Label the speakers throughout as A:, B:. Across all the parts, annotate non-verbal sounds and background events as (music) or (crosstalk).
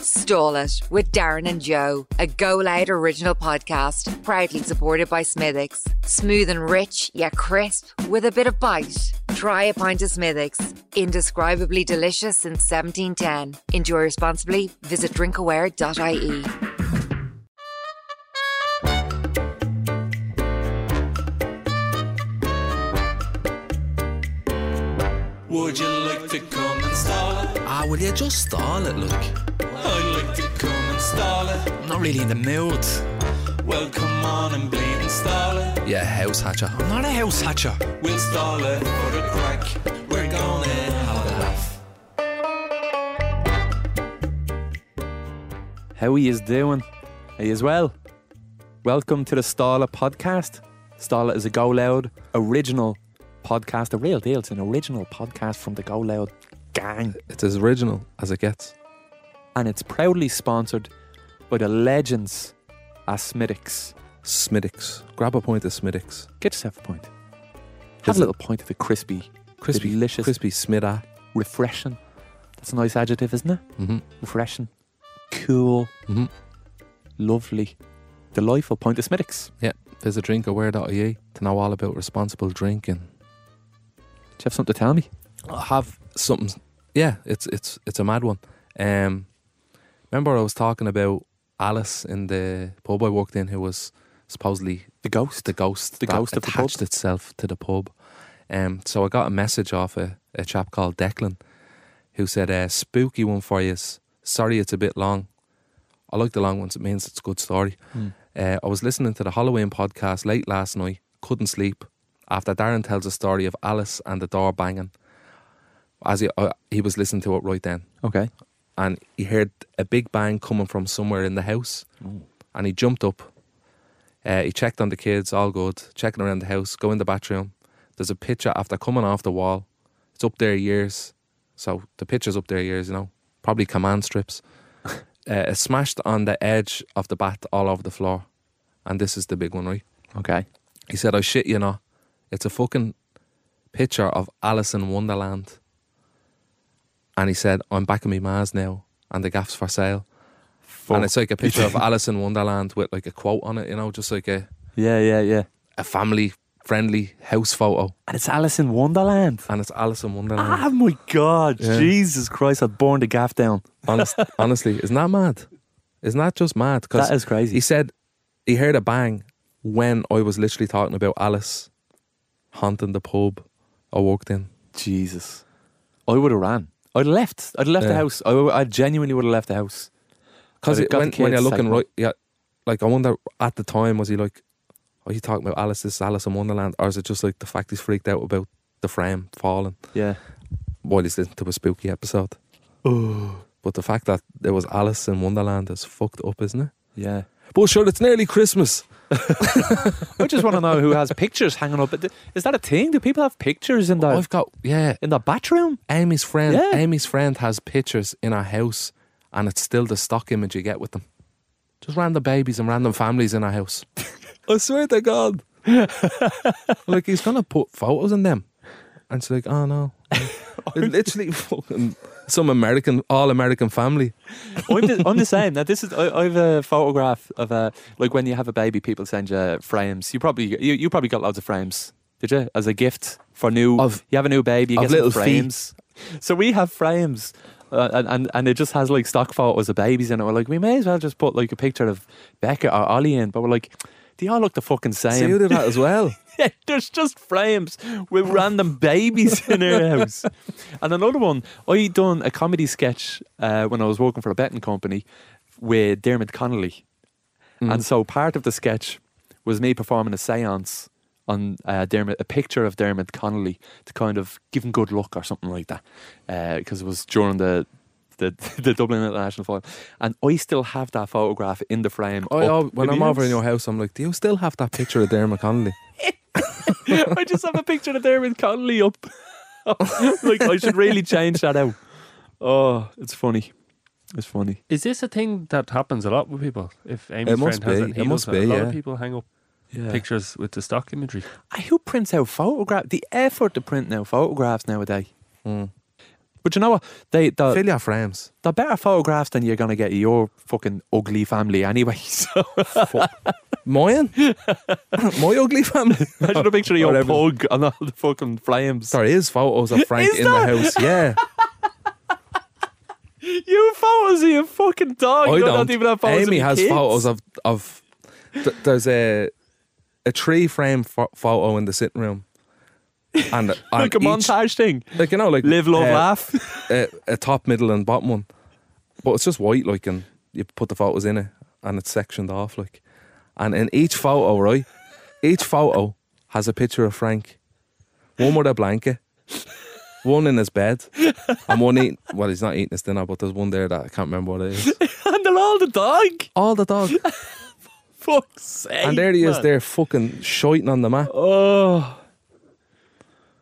A: Stall It with Darren and Joe, a Go Loud original podcast, proudly supported by Smithix. Smooth and rich, yet crisp, with a bit of bite. Try a pint of Smithix. Indescribably delicious since 1710. Enjoy responsibly. Visit drinkaware.ie.
B: Would you like to come and stall it?
C: Ah, will you just stall it, look?
B: I'd like to come and stall it.
C: I'm not really in the mood.
B: Well, come on and bleed and stall it.
C: Yeah, house hatcher. I'm not a house hatcher.
B: We'll stall it for the crack. We're gonna have a laugh.
D: How he is doing? He is well. Welcome to the Stala podcast. Stala is a Go Loud original podcast, the real deal. It's an original podcast from the Go Loud gang,
E: It's as original as it gets.
D: and it's proudly sponsored by the legends at Smittix.
E: Smittix. Grab a point of Smittix.
D: Get yourself a point. Have a
E: Is it-
D: little point of the crispy,
E: Crispy,
D: Delicious.
E: crispy Smitta.
D: refreshing. That's a nice adjective, isn't it?
E: Mm-hmm.
D: Refreshing, cool,
E: Mhm.
D: lovely, delightful point of Smittix.
E: Yeah. Visit drinkaware.ie to know all about responsible drinking.
D: Do you have something to tell me?
E: I have something. Yeah, it's it's it's a mad one. Um, remember I was talking about Alice in the pub I walked in, who was supposedly
D: The ghost.
E: the ghost,
D: The
E: that
D: ghost of the pub.
E: attached itself to the pub. Um, so I got a message off a, a chap called Declan, who said, uh, "Spooky one for you. Sorry, it's a bit long. I like the long ones. It means it's a good story."
D: Hmm.
E: Uh, I was listening to the Halloween podcast late last night. Couldn't sleep after Darren tells a story of Alice and the door banging. As he uh, he was listening to it right then,
D: Okay.
E: and he heard a big bang coming from somewhere in the house, and he jumped up. Uh, he checked on the kids, all good. Checking around the house, go in the bathroom. There's a picture after coming off the wall. It's up there years, so the picture's up there years. You know, probably command strips. uh, it's smashed on the edge of the bat, all over the floor, and this is the big one, right?
D: Okay.
E: He said, "I shit you not, it's a fucking picture of Alice in Wonderland." And he said, "I'm back in my ma's now, and the gaff's for sale." And it's like a
D: (laughs)
E: picture of Alice in Wonderland with like a quote on it, you know, just like a,
D: Yeah, yeah, yeah.
E: a family friendly house photo,
D: And it's Alice in Wonderland.
E: and it's Alice in Wonderland.
D: Ah, my God.
E: Yeah.
D: Jesus Christ, I'd born the gaff down.
E: Honest, honestly, isn't that mad? Isn't that just mad? Because
D: That is crazy.
E: He said he heard a bang when I was literally talking about Alice haunting the pub. I walked in.
D: Jesus. I would have ran. I'd left. I'd left the
E: Yeah.
D: house. I, I genuinely would have left the house.
E: Because
D: But it got
E: when,
D: the
E: when you're
D: kids,
E: looking
D: like,
E: right, yeah, like I wonder at the time was he like, are you talking about Alice? This is Alice in Wonderland, or is it just like the fact he's freaked out about the frame falling
D: Yeah.
E: while he's listening to a spooky episode? But the fact that there was Alice in Wonderland is fucked up, isn't it?
D: Yeah.
E: But sure, it's nearly Christmas.
D: I just want to know who has pictures hanging up. at the- Is that a thing? Do people have pictures in the
E: I've got yeah.
D: in the bathroom?
E: Amy's friend,
D: Yeah.
E: Amy's friend has pictures in our house, and it's still the stock image you get with them. Just random babies and random families in our house. (laughs) I swear to God, (laughs) like he's gonna put photos in them, and she's like, "Oh (laughs) no." It literally, fucking some American, all American family.
D: I'm the, I'm the same. Now this is I, I have a photograph of a like when you have a baby, people send you frames. You probably you, you probably got loads of frames. Did you as a gift for new?
E: Of-
D: you have a new baby. You
E: of
D: get some
E: little feet.
D: frames. So we have frames, uh, and, and and it just has like stock photos of babies in it. We're like, we may as well just put like a picture of Becca or Ollie in, but we're like. They all look the fucking
E: So you
D: same.
E: do that as (laughs) well.
D: (laughs) There's just frames with random babies in our house. And another one, I done a comedy sketch uh, when I was working for a betting company with Dermot Connolly.
E: Mm.
D: And so part of the sketch was me performing a seance on uh, Dermot, a picture of Dermot Connolly to kind of give him good luck or something like that. Because it was during the. The, (laughs) the Dublin International Final, and I still have that photograph in the frame.
E: I,
D: up
E: al- Oh, when
D: the
E: I'm over in
D: house.
E: your house, I'm like, "Do you still have that picture of Darren McConnelly?"
D: I just have a picture of Dermot Connolly up. (laughs) like I should really change that out. Oh, it's funny. It's funny.
F: Is this a thing that happens a lot with people? If Amy's
E: It
F: friend
E: must
F: has
E: be,
F: it, he
E: it must
F: does it.
E: be,
F: A lot
E: yeah.
F: of people hang up
D: Yeah.
F: pictures with the stock imagery.
D: Who prints out photographs? The effort to print now photographs nowadays. But you know what? They the,
E: Mm. Fill your frames.
D: the better photographs than you're gonna get of your fucking ugly family anyway. (laughs) So
E: Moyen? (laughs) My ugly family.
D: imagine a
E: (laughs)
D: picture of your
E: Whatever.
D: pug and all the fucking flames.
E: There is photos of Frank
D: Is
E: in
D: there?
E: the house.
D: (laughs)
E: Yeah.
D: You have photos of your fucking dog.
E: I
D: you
E: don't.
D: even have photos
E: Amy
D: of your
E: has
D: kids.
E: photos of of. th- there's a a tree frame pho- photo in the sitting room,
D: (laughs)
E: and on
D: like a
E: each-
D: montage thing.
E: like you know, like
D: Live, love,
E: uh,
D: laugh. (laughs)
E: A, a top, middle, and bottom one, but it's just white, like, and you put the photos in it, and it's sectioned off, like, and in each photo, right, each photo has a picture of Frank, one with a blanket. One in his bed, and one eating. Well, he's not eating his dinner, but there's one there that I can't remember what it is.
D: and they're all the dog.
E: All
D: (laughs)
E: the dog.
D: Fuck's sake.
E: And there he is,
D: man.
E: there fucking shiting on the mat.
D: Oh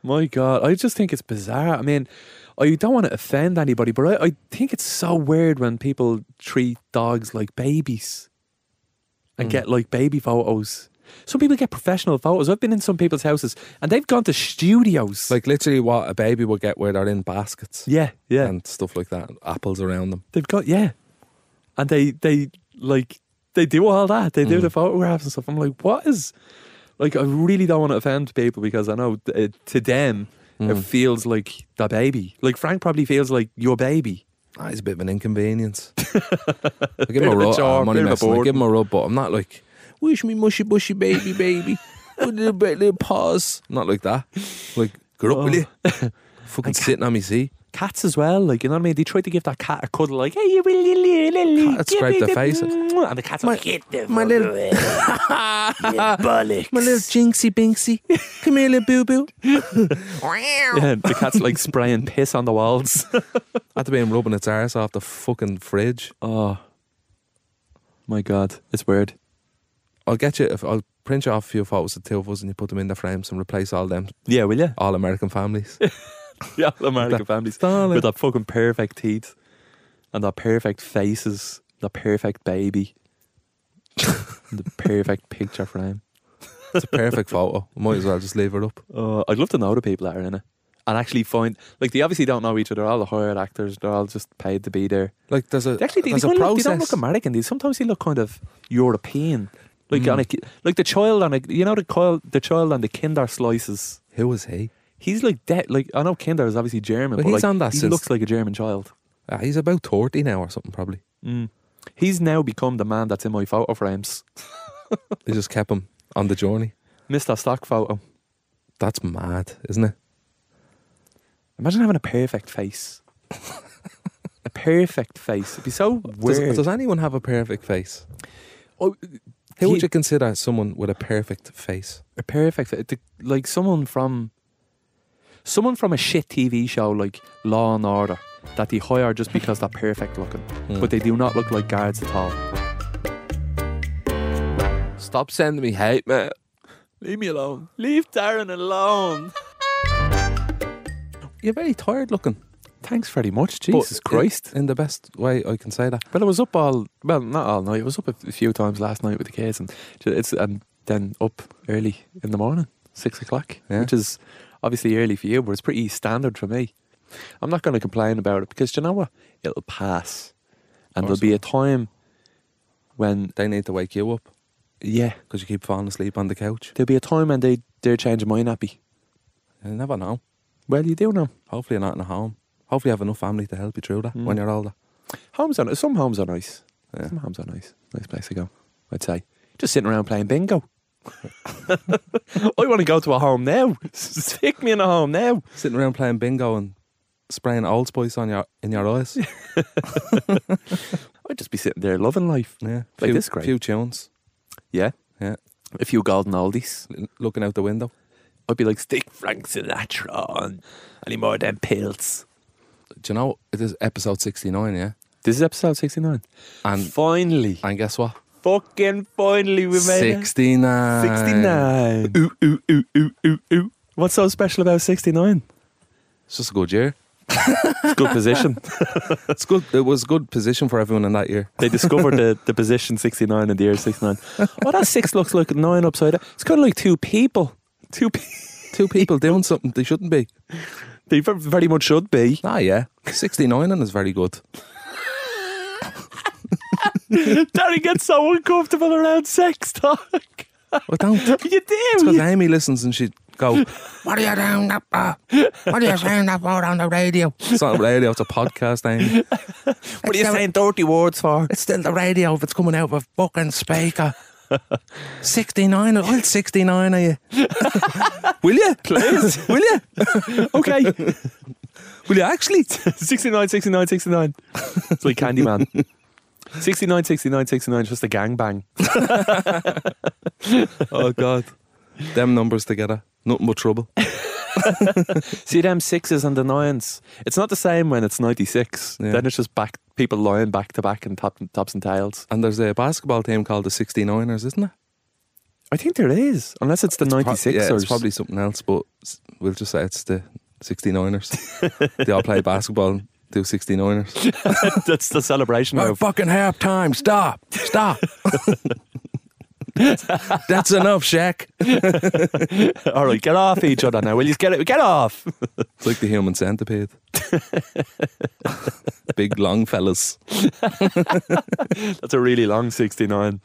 D: my god! I just think it's bizarre. I mean, I don't want to offend anybody, but I, I think it's so weird when people treat dogs like babies and
E: Hmm.
D: get like baby photos. Some people get professional photos. I've been in some people's houses and they've gone to studios.
E: Like literally what a baby would get where they're in baskets
D: yeah, yeah,
E: and stuff like that, and apples around them.
D: they've got yeah, and they they like they do all that. They do
E: Mm.
D: the photographs and stuff. I'm like, what is? Like, I really don't want to offend people because I know uh, to them it
E: Mm.
D: feels like the baby. Like Frank probably feels like your baby.
E: Ah, it's a bit of an
D: (laughs)
E: inconvenience. I give
D: Bit
E: him a
D: of a
E: rub.
D: jar,
E: I'm only
D: bit of a
E: messing. I
D: boredom.
E: give him a rub, but I'm not like, wish me mushy bushy
D: (laughs)
E: baby baby. With little bit little paws. Not like that. Like, get up with
D: Oh.
E: it.
D: (laughs)
E: Fucking sitting on me seat.
D: Cats as well, like you know what I mean. They try to give that cat a cuddle, like hey, you will, you will, you will,
E: Cat
D: give me
E: scraped the
D: the-
E: face.
D: and the cat's like, "Get the
E: My little (laughs) My little jinxy binxy. Come here, little boo boo.
D: (laughs) yeah, and the cat's like spraying piss on the walls. (laughs)
E: Had to be him rubbing its arse off the fucking fridge.
D: oh my god, it's weird.
E: I'll get you. If, I'll print you off a few photos of two of us, and you put them in the frames and replace all them
D: Yeah, will you?
E: all American families.
D: (laughs) Yeah, the American (laughs) families
E: Darling.
D: with that fucking perfect teeth and that perfect faces, the perfect (laughs) baby, and the perfect picture frame.
E: it's a perfect photo. Might as well just leave it up.
D: Uh, I'd love to know the people that are in it and actually find like they obviously don't know each other. All the hired actors, they're all just paid to be there.
E: Like there's a
D: They actually, they,
E: there's
D: they,
E: a
D: don't look, they
E: process.
D: don't look American. They sometimes they look kind of European. Like on a, ki- like the child on a you know the child the child on the Kinder slices.
E: Who was he?
D: He's like de- like I know Kinder is obviously German,
E: Well,
D: but
E: he's
D: like,
E: on that
D: he
E: since-
D: looks like a German child.
E: Ah, he's about thirty now or something. Probably.
D: Mm. He's now become the man that's in my photo frames.
E: They just kept him on the journey.
D: Mr. Stock photo.
E: That's mad, isn't it?
D: Imagine having a perfect face. a perfect face. It'd be so
E: Does,
D: weird.
E: does anyone have a perfect face?
D: Oh, he-
E: Who would you consider someone with a perfect face?
D: a perfect fa- the- like someone from someone from a shit TV show like Law and Order that they hire just because they're perfect looking,
E: Hmm.
D: but they do not look like guards at all.
E: Stop sending me hate, man.
D: Leave me alone. Leave Darren alone.
E: You're very tired looking.
D: Thanks very much,
E: But
D: Jesus
E: in-
D: Christ.
E: In, the best way I can say that.
D: Well, I was up all well, not all night. I was up a few times last night with the kids, and ju- it's and then up early in the morning, six o'clock,
E: Yeah.
D: which is obviously early for you, but it's pretty standard for me. I'm not going to complain about it because do you know what? It'll pass, and there'll
E: course
D: be a time when
E: They need to wake you up
D: yeah,
E: because you keep falling asleep on the couch.
D: there'll be a time when they they're changing my nappy.
E: You never know.
D: Well, you do know.
E: Hopefully, you're not in a home. Hopefully, you have enough family to help you through that when you're older.
D: Homes are some homes are nice.
E: Yeah.
D: Some homes are nice. Nice place to go, I'd say. Just sitting around playing bingo. (laughs) I want to go to a home now. (laughs) Stick me in a home now.
E: Sitting around playing bingo and spraying Old Spice on your in your eyes.
D: I'd just be sitting there loving life.
E: Yeah,
D: Like
E: few,
D: this great.
E: Few tunes.
D: Yeah.
E: Yeah,
D: A few golden oldies.
E: L- looking out the window.
D: I'd be like, stick Frank Sinatra on. Any more of them pills?
E: Do you know it is episode sixty nine? Yeah,
D: This is episode 69.
E: and
D: finally.
E: and guess what?
D: fucking finally we made it.
E: Sixty nine.
D: 69. Ooh, ooh, ooh, ooh, ooh, ooh. What's so special about 69?
E: It's just a good year.
D: It's good position.
E: It's good. It was good position for everyone in that year.
D: They discovered the, the position 69 in the year 69. Oh, that six looks like a nine upside down. It's kind of like two people. Two people.
E: Two people doing something they shouldn't be.
D: (laughs) They ver- very much should be.
E: Ah, yeah. 69 and is very good.
D: Terry gets so uncomfortable around sex talk.
E: I
D: (laughs)
E: don't.
D: You do.
E: Because
D: You,
E: Amy listens and she'd go, What are you doing up for? What are
D: (laughs)
E: you saying up for on the radio? It's not radio, it's a podcast,
D: (laughs)
E: Amy.
D: what are you saying dirty words for?
E: It's still the radio if it's coming out with book and speaker. 69, I'll (laughs) 69 are you? (laughs) Will you? Please. Will you?
D: Okay. (laughs)
E: Will you actually?
D: 69, 69, 69. It's like Candyman. 69, 69, 69, just a (laughs) gangbang.
E: Oh, God. Them numbers together. Nothing but trouble.
D: See them sixes and the nines. It's not the same when it's 96.
E: Yeah.
D: Then it's just back people lying back to back and top, tops and tails.
E: And there's a basketball team called the 69ers, isn't there?
D: I think there is, unless it's the 96ers.
E: Yeah, it's probably something else, but s- we'll just say it's the 69ers. they all play basketball and do 69ers.
D: That's
E: (laughs)
D: the celebration of.
E: fucking half time. Stop. (laughs) Stop. That's enough, Shaq.
D: All right, get off each other now. Will you get it? Get off. (laughs)
E: It's like the human centipede. Big long fellas.
D: That's a really long 69.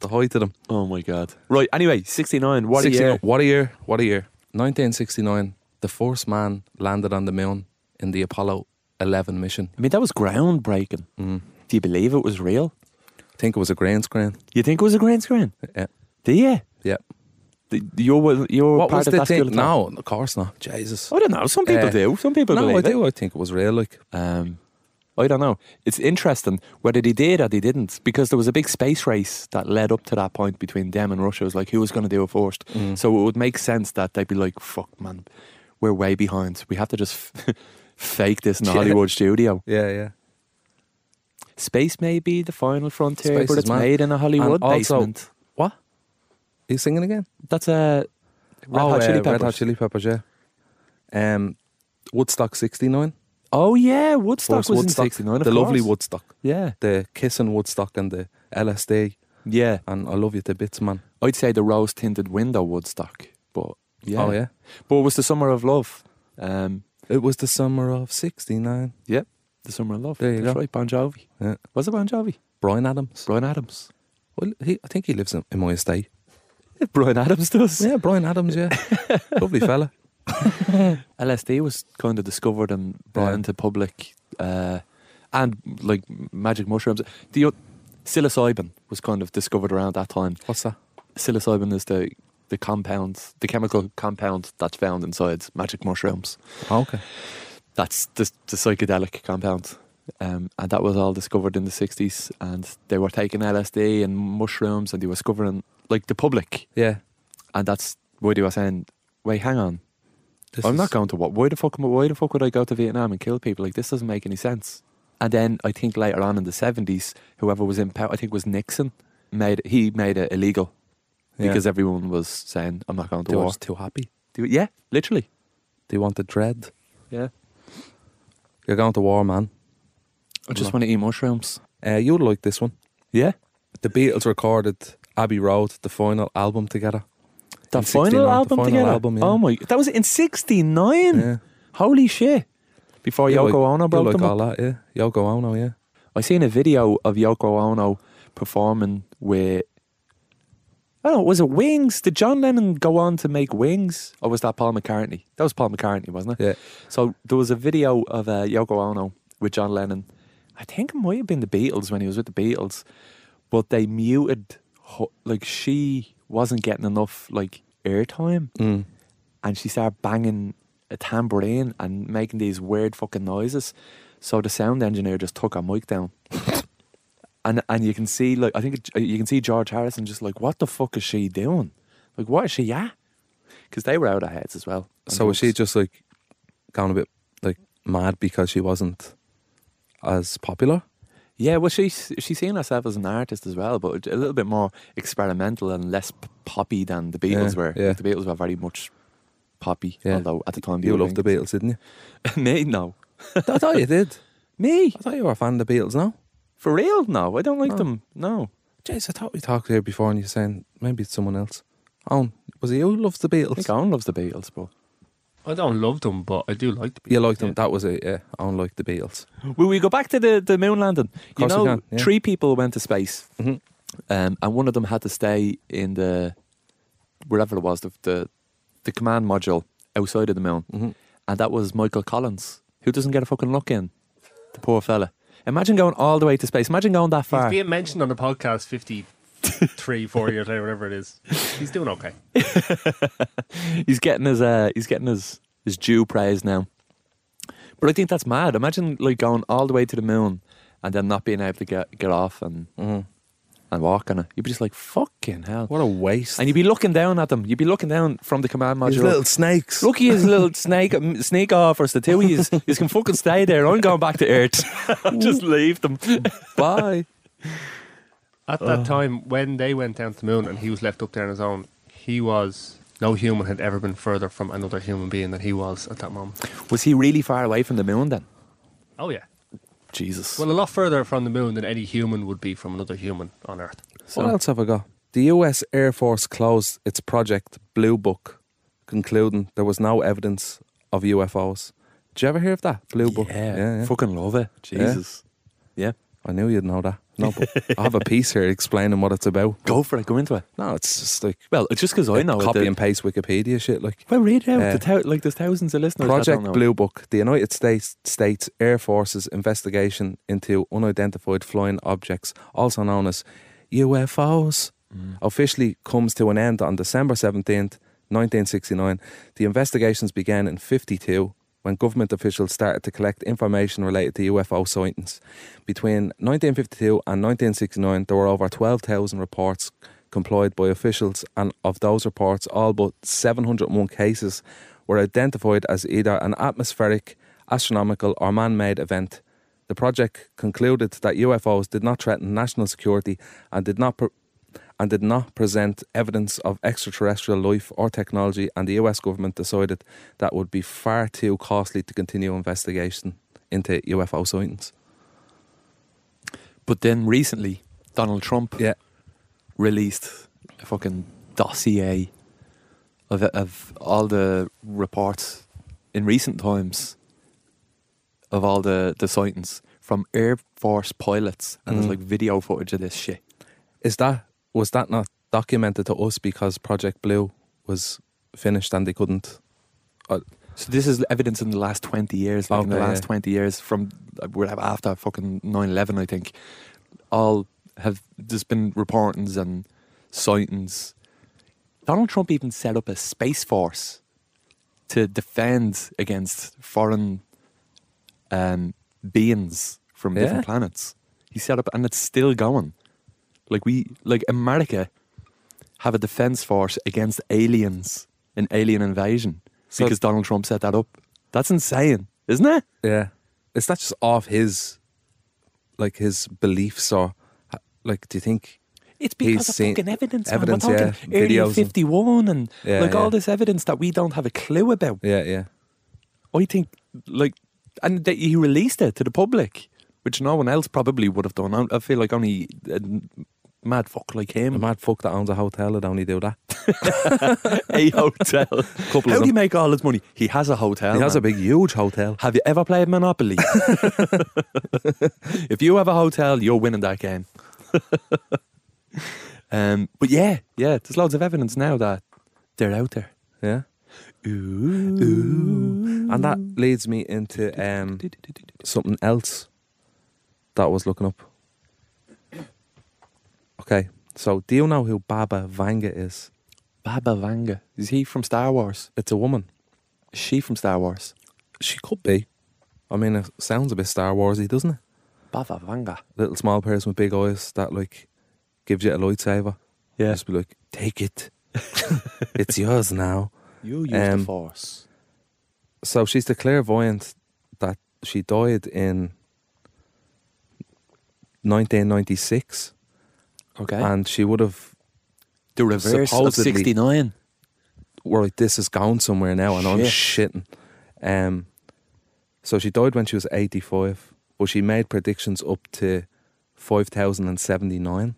E: The height of them.
D: Oh my god. Right. Anyway, 69. What
E: 69
D: a year.
E: What a year. What a year. 1969, the first man landed on the moon in the Apollo 11 mission.
D: I mean, that was groundbreaking.
E: Mm-hmm.
D: Do you believe it was real?
E: I think it was a grand screen. Uh,
D: You think it was a green screen?
E: Yeah.
D: Do you?
E: Yeah.
D: The- You're you're
E: What
D: part
E: was
D: of
E: the
D: that
E: thing?
D: school of thought?
E: No, of course not. Jesus.
D: I don't know. Some people
E: Uh,
D: do. Some people
E: no, I
D: believe it.
E: do. I think it was real. Like,
D: Um, I don't know. It's interesting whether they did or they didn't because there was a big space race that led up to that point between them and Russia. It was like, who was going to do it first?
E: mm.
D: So it would make sense that they'd be like, fuck, man, we're way behind. We have to just (laughs) fake this in a
E: Yeah.
D: Hollywood studio.
E: yeah, yeah.
D: Space may be the final frontier,
E: Space
D: but
E: is
D: it's
E: mad.
D: made in a Hollywood
E: And also-
D: basement. What?
E: Are you singing again?
D: That's a Red
E: oh,
D: Hot Chili
E: uh, Red Hot
D: Peppers.
E: Chili Peppers, yeah. Um, Woodstock 69.
D: Oh, yeah. Woodstock
E: First
D: was
E: Woodstock.
D: in 69, of
E: the lovely
D: course.
E: Woodstock.
D: Yeah.
E: The kissing Woodstock and the LSD.
D: Yeah.
E: And I love you to bits, man.
D: I'd say the rose tinted window Woodstock, but yeah.
E: Oh, yeah.
D: But it was the summer of love. Um,
E: It was the summer of 69.
D: yep, the summer of love.
E: There you
D: That's
E: go.
D: right, Bon Jovi.
E: Yeah.
D: Was it Bon Jovi?
E: Brian Adams.
D: Brian Adams.
E: Well, he, I think he lives in, in my estate.
D: Brian Adams does.
E: Yeah, Brian Adams,
D: (laughs)
E: yeah. lovely fella.
D: LSD was kind of discovered and brought
E: Yeah.
D: into public, uh, and like magic mushrooms. The o- psilocybin was kind of discovered around that time.
E: What's that?
D: Psilocybin is the the compound, the chemical compound that's found inside magic mushrooms.
E: Oh, okay.
D: That's the, the psychedelic compound. Um, and that was all discovered in the 60s. And they were taking LSD and mushrooms and they were discovering, like, the public.
E: Yeah.
D: And that's why they were saying, wait, hang on.
E: This
D: I'm
E: is-
D: not going to what? Why the, fuck, am I- why the fuck would I go to Vietnam and kill people? Like, this doesn't make any sense. And then I think later on in the 70s, whoever was in power, I think it was Nixon, made he made it illegal
E: Yeah.
D: because everyone was saying, I'm not going to
E: they were
D: war.
E: just too happy.
D: Do it- Yeah, literally.
E: They want the dread.
D: Yeah.
E: You're going to war, man.
D: I just want to eat mushrooms.
E: Uh, you'll like this one.
D: Yeah.
E: The Beatles recorded Abbey Road, the final album together.
D: The
E: In
D: final
E: 69,
D: album
E: the final
D: together.
E: album, yeah.
D: Oh my! That was in '69.
E: Yeah.
D: Holy shit! Before
E: You
D: Yoko
E: like-
D: Ono
E: you
D: broke
E: like
D: them
E: all
D: up,
E: that, yeah. Yoko Ono, yeah.
D: I seen a video of Yoko Ono performing with. I don't know, was it Wings? Did John Lennon go on to make Wings? Or was that Paul McCartney? That was Paul McCartney, wasn't it?
E: Yeah.
D: So there was a video of uh, Yoko Ono with John Lennon. I think it might have been the Beatles when he was with the Beatles, but they muted. ho- Like she wasn't getting enough like airtime,
E: Mm.
D: and she started banging a tambourine and making these weird fucking noises. So the sound engineer just took her mic
E: (laughs)
D: down. And, and you can see like I think it- uh, you can see George Harrison just like what the fuck is she doing? Like what is she at? Because they were out of heads as well.
E: So was she just like gone a bit like mad because she wasn't as popular?
D: Yeah, well, she's she's seeing herself as an artist as well, but a little bit more experimental and less p- poppy than the Beatles
E: Yeah,
D: were.
E: yeah.
D: Like, the Beatles were very much poppy,
E: Yeah.
D: although at the time they
E: You
D: were
E: loved the
D: being-
E: Beatles, didn't
D: (laughs)
E: you? (laughs)
D: Me, no,
E: I thought you did.
D: me
E: I thought you were a fan of the Beatles now.
D: for real, no. I don't like them. No,
E: Jeez, I thought we talked here before and you're saying maybe it's someone else. Owen, was it you who loves the
D: I think
E: Beatles?
D: Owen loves the Beatles, but
F: I don't love them, but I do like the Beatles.
E: You liked them. That was it. Yeah, I don't like the Beatles.
D: Will we go back to the, the moon landing? You
E: course we
D: know,
E: can, yeah.
D: three people went to space,
E: Mhm.
D: um, and one of them had to stay in the wherever it was the the, the command module outside of the moon,
E: Mhm.
D: and that was Michael Collins, who doesn't get a fucking look in. The poor fella. Imagine going all the way to space. Imagine going that
F: He's
D: far.
F: being mentioned on the podcast 53, 4 years later, whatever it is. He's doing okay.
D: he's getting his uh, he's getting his his due praise now. But I think that's mad. Imagine like going all the way to the moon and then not being able to get get off and and walk on it. You'd be just like fucking hell.
E: What a waste.
D: And you'd be looking down at them. You'd be looking down from the command
E: These
D: module.
E: little
D: (laughs)
E: snakes.
D: Look, he's little snake (laughs) m- snake off us. The two of yous, yous can fucking stay there. I'm going back to Earth. (laughs) Just leave (laughs) them.
E: bye.
F: At that time, when they went down to the moon and he was left up there on his own, he was. No human had ever been further from another human being than he was at that moment.
D: Was he really far away from the moon then?
F: Oh, yeah.
D: Jesus.
F: Well, a lot further from the moon than any human would be from another human on Earth.
E: What else have I got? The U.S. Air Force closed its project Blue Book, concluding there was no evidence of UFOs. Did you ever hear of that Blue Book?
D: yeah,
E: yeah.
D: fucking love it. Jesus. Yeah.
E: I knew you'd know that. No, but I have a piece here explaining what it's about.
D: Go for it. Go into it.
E: No, it's just like
D: Well, it's just because I know
E: copy
D: it.
E: and paste Wikipedia shit. Like
D: well, read it out.
E: Yeah.
D: The thou- like there's thousands of listeners. that
E: Project
D: don't know it.
E: Blue Book, the United States States Air Force's investigation into unidentified flying objects, also known as UFOs, officially comes to an end on December 17th, 1969. The investigations began in 52 when government officials started to collect information related to UFO sightings. Between 1952 and 1969, there were over 12,000 reports complied by officials, and of those reports, all but 701 cases were identified as either an atmospheric, astronomical, or man made event. The project concluded that UFOs did not threaten national security and did not. Pre- and did not present evidence of extraterrestrial life or technology and the US government decided that would be far too costly to continue investigation into UFO sightings.
D: But then recently, Donald Trump
E: Yeah.
D: released a fucking dossier of, of all the reports in recent times of all the, the sightings from Air Force pilots, and there's like video footage of this shit.
E: Is that was that not documented to us because Project Blue was finished and they couldn't uh,
D: So this is evidence in the last 20 years, like in the
E: Okay,
D: last
E: yeah.
D: 20 years from uh, we're after fucking 9-11, I think, all have, there's been reportings and sightings. Donald Trump even set up a space force to defend against foreign um, beings from
E: Yeah.
D: different planets. He set up, and it's still going. Like we, like America, have a defense force against aliens and alien invasion
E: So-
D: because Donald Trump set that up. That's insane, isn't it?
E: Yeah, is that just off his, like his beliefs or, like, do you think?
D: It's because
E: because He's of
D: of
E: seen
D: fucking evidence.
E: man. We're evidence,
D: We're
E: talking
D: talking
E: yeah, Area videos and-
D: Fifty One and
E: Yeah,
D: like
E: yeah.
D: all this evidence that we don't have a clue about.
E: Yeah, yeah.
D: I think like, and that he released it to the public, which no one else probably would have done. I, I feel like only a mad fuck like
E: A
D: him,
E: mad fuck that owns a hotel would only do that.
D: (laughs) a hotel.
E: (laughs) Couple
D: How
E: of
D: do you
E: them.
D: make all his money? He has a hotel.
E: He has a
D: man.
E: big, huge hotel.
D: Have you ever played (laughs) Monopoly? if you have a hotel, you're winning that game. (laughs) um, but yeah, yeah, there's loads of evidence now that they're out there.
E: Yeah. And that
D: Mm.
E: leads me into um, something else that I was looking up. Okay, so do you know who Baba Vanga is?
D: Baba Vanga. Is he from Star Wars?
E: It's a woman.
D: Is she from Star Wars?
E: She could be. I mean, it sounds a bit Star Warsy, doesn't it?
D: Baba Vanga.
E: little small person with big eyes that like gives you a lightsaber.
D: Yeah.
E: Just be like, take it. it's yours now.
D: (laughs) You use
E: Um,
D: Force.
E: So she's the clairvoyant that she died in 1996,
D: Okay.
E: and she would have.
D: the reverse of
E: supposedly-
D: 69.
E: Were like, this is going somewhere now, and I'm shitting. Um, so she died when she was 85, but she made predictions up to 5,079.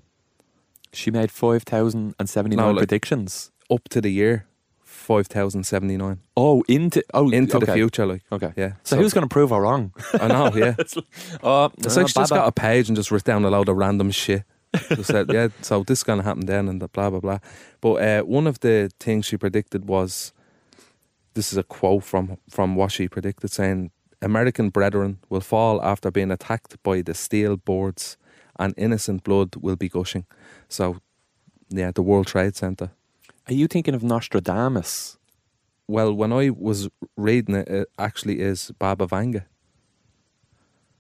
D: She made 5,079
E: No, like-
D: predictions.
E: up to the year 5079.
D: Oh, into oh
E: Into the
D: okay.
E: future, like.
D: Okay.
E: Yeah.
D: So, who's going to prove her wrong?
E: I know, yeah.
D: Uh,
E: It's like she just got a page and just wrote down a load of random shit. Just said, (laughs) yeah, so this is going to happen then and the blah, blah, blah. But uh, one of the things she predicted was this is a quote from, from what she predicted saying, American brethren will fall after being attacked by the steel boards and innocent blood will be gushing. So, yeah, the World Trade Center.
D: Are you thinking of Nostradamus?
E: Well, when I was reading it, it actually is Baba Vanga.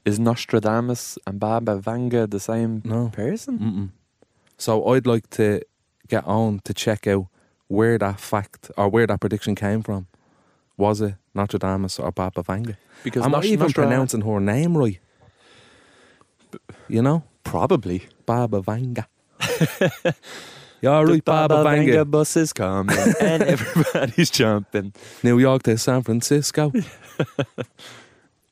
D: Is Nostradamus and Baba Vanga the same
E: No.
D: person?
E: Mm-mm. So I'd like to get on to check out where that fact or where that prediction came from. Was it Notre Dame or Baba Vanga?
D: Because
E: I'm
D: Nos-
E: not even
D: Nostra-
E: pronouncing her name right. You know,
D: Probably.
E: Baba (laughs) Vanga. You're right, Baba, Vanga.
D: bus is (laughs) coming and everybody's jumping.
E: New York to San (laughs) Francisco.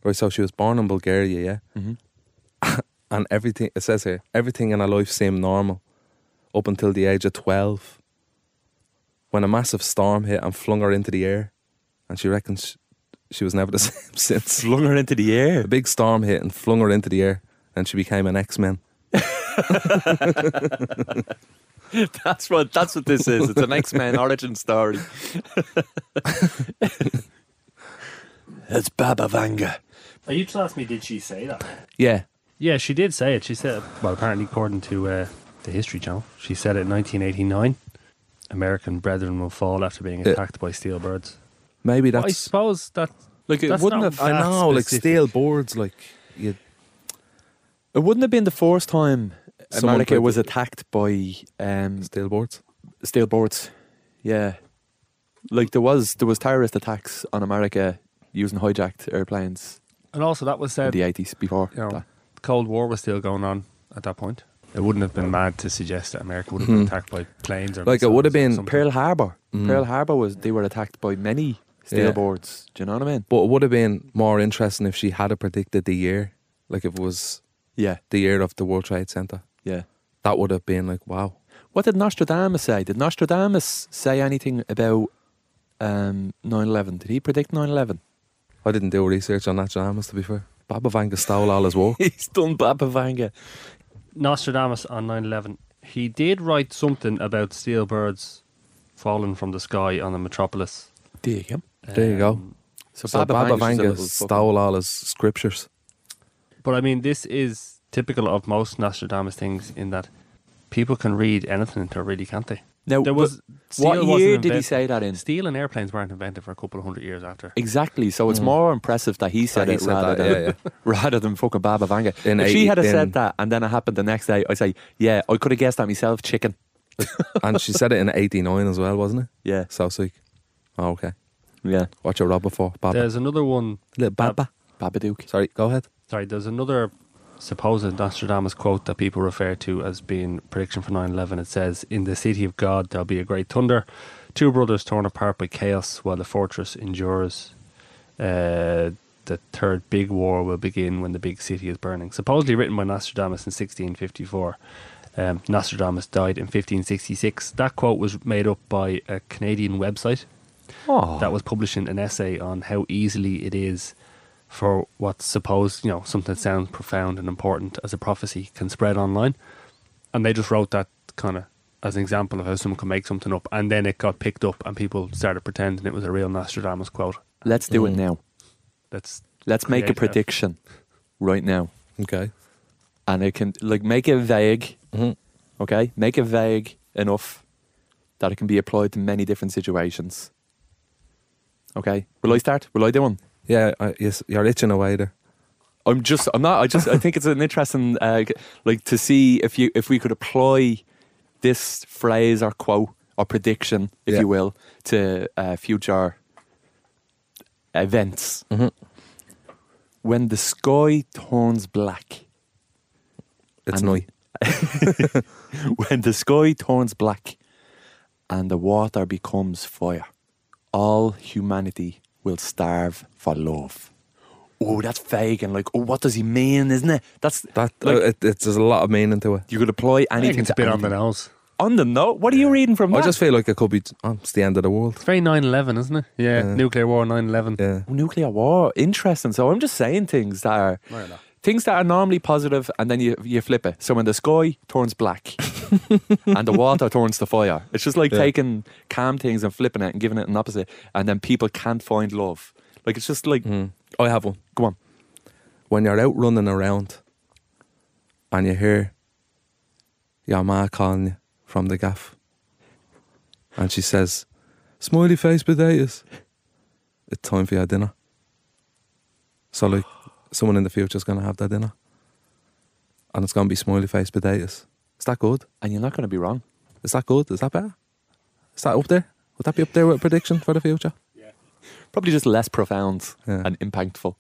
E: right, so she was born in Bulgaria, yeah?
D: Mm-hmm.
E: and everything, it says here, everything in her life seemed normal up until the age of 12 when a massive storm hit and flung her into the air. And she reckons she, she was never the (laughs) same since.
D: Flung her into the air.
E: A big storm hit and flung her into the air, and she became an X Men.
D: (laughs) That's what that's what this is. It's an X Men origin story. it's Baba Vanga.
G: Are you telling me did she say that?
E: Yeah.
G: Yeah, she did say it. She said, well, apparently, according to uh, the History Channel, she said it in 1989. American brethren will fall after being
E: Yeah.
G: attacked by steel birds.
E: Maybe
G: But I
E: that's.
G: suppose that
E: like, it
G: that's
E: wouldn't
G: not
E: have. I
G: that
E: know, like,
G: specific.
E: steel boards, like, you
D: It wouldn't have been the first time
E: Someone
D: America
E: played
D: was
E: the-
D: attacked by um,
E: steel boards.
D: steel boards. Yeah, like there was there was terrorist attacks on America using hijacked airplanes
G: And also, that was
D: in
G: said,
D: the eighties before.
G: you know,
D: that.
G: the Cold War was still going on at that point. It wouldn't have been mad to suggest that America would have been
E: Mhm.
G: attacked by planes or
E: Like, it would have
G: missiles or
E: been
G: something.
D: Pearl Harbor.
E: Mm.
D: Pearl Harbor was they were attacked by many steel
E: Yeah.
D: boards. Do you know what I mean?
E: But it would have been more interesting if she had have predicted the year, like if it was
D: Yeah,
E: the year of the World Trade Center.
D: yeah.
E: That would have been like, wow.
D: What did Nostradamus say? Did Nostradamus say anything about um, 9-11? Did he predict 9-11?
E: I didn't do research on Nostradamus, to be fair. Baba Vanga stole all his work.
D: He's done Baba Vanga.
G: Nostradamus on 9 11, he did write something about steel birds falling from the sky on the metropolis.
D: There you go.
E: There you go.
G: Um,
D: So,
E: so
D: Vanga's just
E: Baba,
D: a
E: Vanga
D: little fucking-
E: stole all his scriptures.
G: But I mean, this is typical of most Nostradamus things in that people can read anything into it, really, can't they?
D: Now,
G: There was
D: but what
G: steel wasn't
D: year did he
G: invented-
D: say that in?
G: Steel and airplanes weren't invented for a couple of hundred years after.
D: Exactly. So it's more impressive that he said
E: he
D: it
E: said
D: rather,
E: that,
D: than,
E: yeah,
D: (laughs) rather than fucking Baba Vanga. (laughs)
E: In
D: if she
E: 80
D: had have
E: in-
D: said that and then it happened the next day, I'd say, yeah, I could have guessed that myself, chicken.
E: and she said it in 89 as well, wasn't it?
D: Yeah.
E: So sick. Oh, okay.
D: Yeah.
E: What you robber for,
D: Ah,
E: Baba?
G: There's another one.
E: Little Baba.
D: Baba Duke.
E: Sorry, go ahead.
G: Sorry, there's another supposed Nostradamus quote that people refer to as being prediction for 9 11. It says, In the city of God, there'll be a great thunder, two brothers torn apart by chaos while the fortress endures. Uh, the third big war will begin when the big city is burning. Supposedly written by Nostradamus in 1654. Um, Nostradamus died in 1566. That quote was made up by a Canadian website
D: Oh.
G: that was publishing an essay on how easily it is for what's supposed, you know, something that sounds profound and important as a prophecy can spread online. And they just wrote that kind of as an example of how someone can make something up. And then it got picked up and people started pretending it was a real Nostradamus quote.
D: Let's do
E: Mm.
D: it now.
G: That's
D: Let's make a
G: Creative.
D: prediction right now.
E: Okay.
D: and it can like make it vague.
E: Mhm.
D: Okay, make it vague enough that it can be applied to many different situations. Okay, will I start? Will I do one?
E: Yeah, I, yes, you're itching away there.
D: I'm just, I'm not. I just, I think it's an interesting, uh, g- like, to see if you, if we could apply this phrase or quote or prediction, if
E: Yeah.
D: you will, to uh, future events.
E: Mhm.
D: When the sky turns black,
E: It's
D: And-
E: night.
D: (laughs) when the sky turns black and the water becomes fire, all humanity will starve for love. Oh, that's vague and like, oh, what does he mean? Isn't it? That's
E: That,
D: Like-
E: uh, it, it's, there's a lot of meaning to it.
D: you could apply
G: I think
D: anything
G: it's a
D: to
G: bit on the
D: anything.
G: nose.
D: on the note. What are you reading from
E: I
D: that?
E: just feel like it could be. Oh, it's the end of the world.
G: It's very 9 11, isn't it? Yeah,
E: Yeah.
G: nuclear war 9 11.
E: Yeah.
D: nuclear war. Interesting. So I'm just saying things that are things that are normally positive, and then you you flip it. So when the sky turns black and the water turns to fire, it's just like taking calm things and flipping it and giving it an opposite, and then people can't find love. Like it's just like
E: Mm. I have one.
D: go on.
E: When you're out running around, and you hear your ma calling you from the gaff, and she says, "Smiley face potatoes, it's time for your dinner." So like, someone in the future is gonna have their dinner, and it's gonna be smiley face potatoes. Is that good?
D: And you're not going to be wrong.
E: Is that good? Is that better? Is that up there? Would that be up there with a prediction for
D: (laughs)
E: the future?
D: Probably just less profound
E: Yeah.
D: and impactful.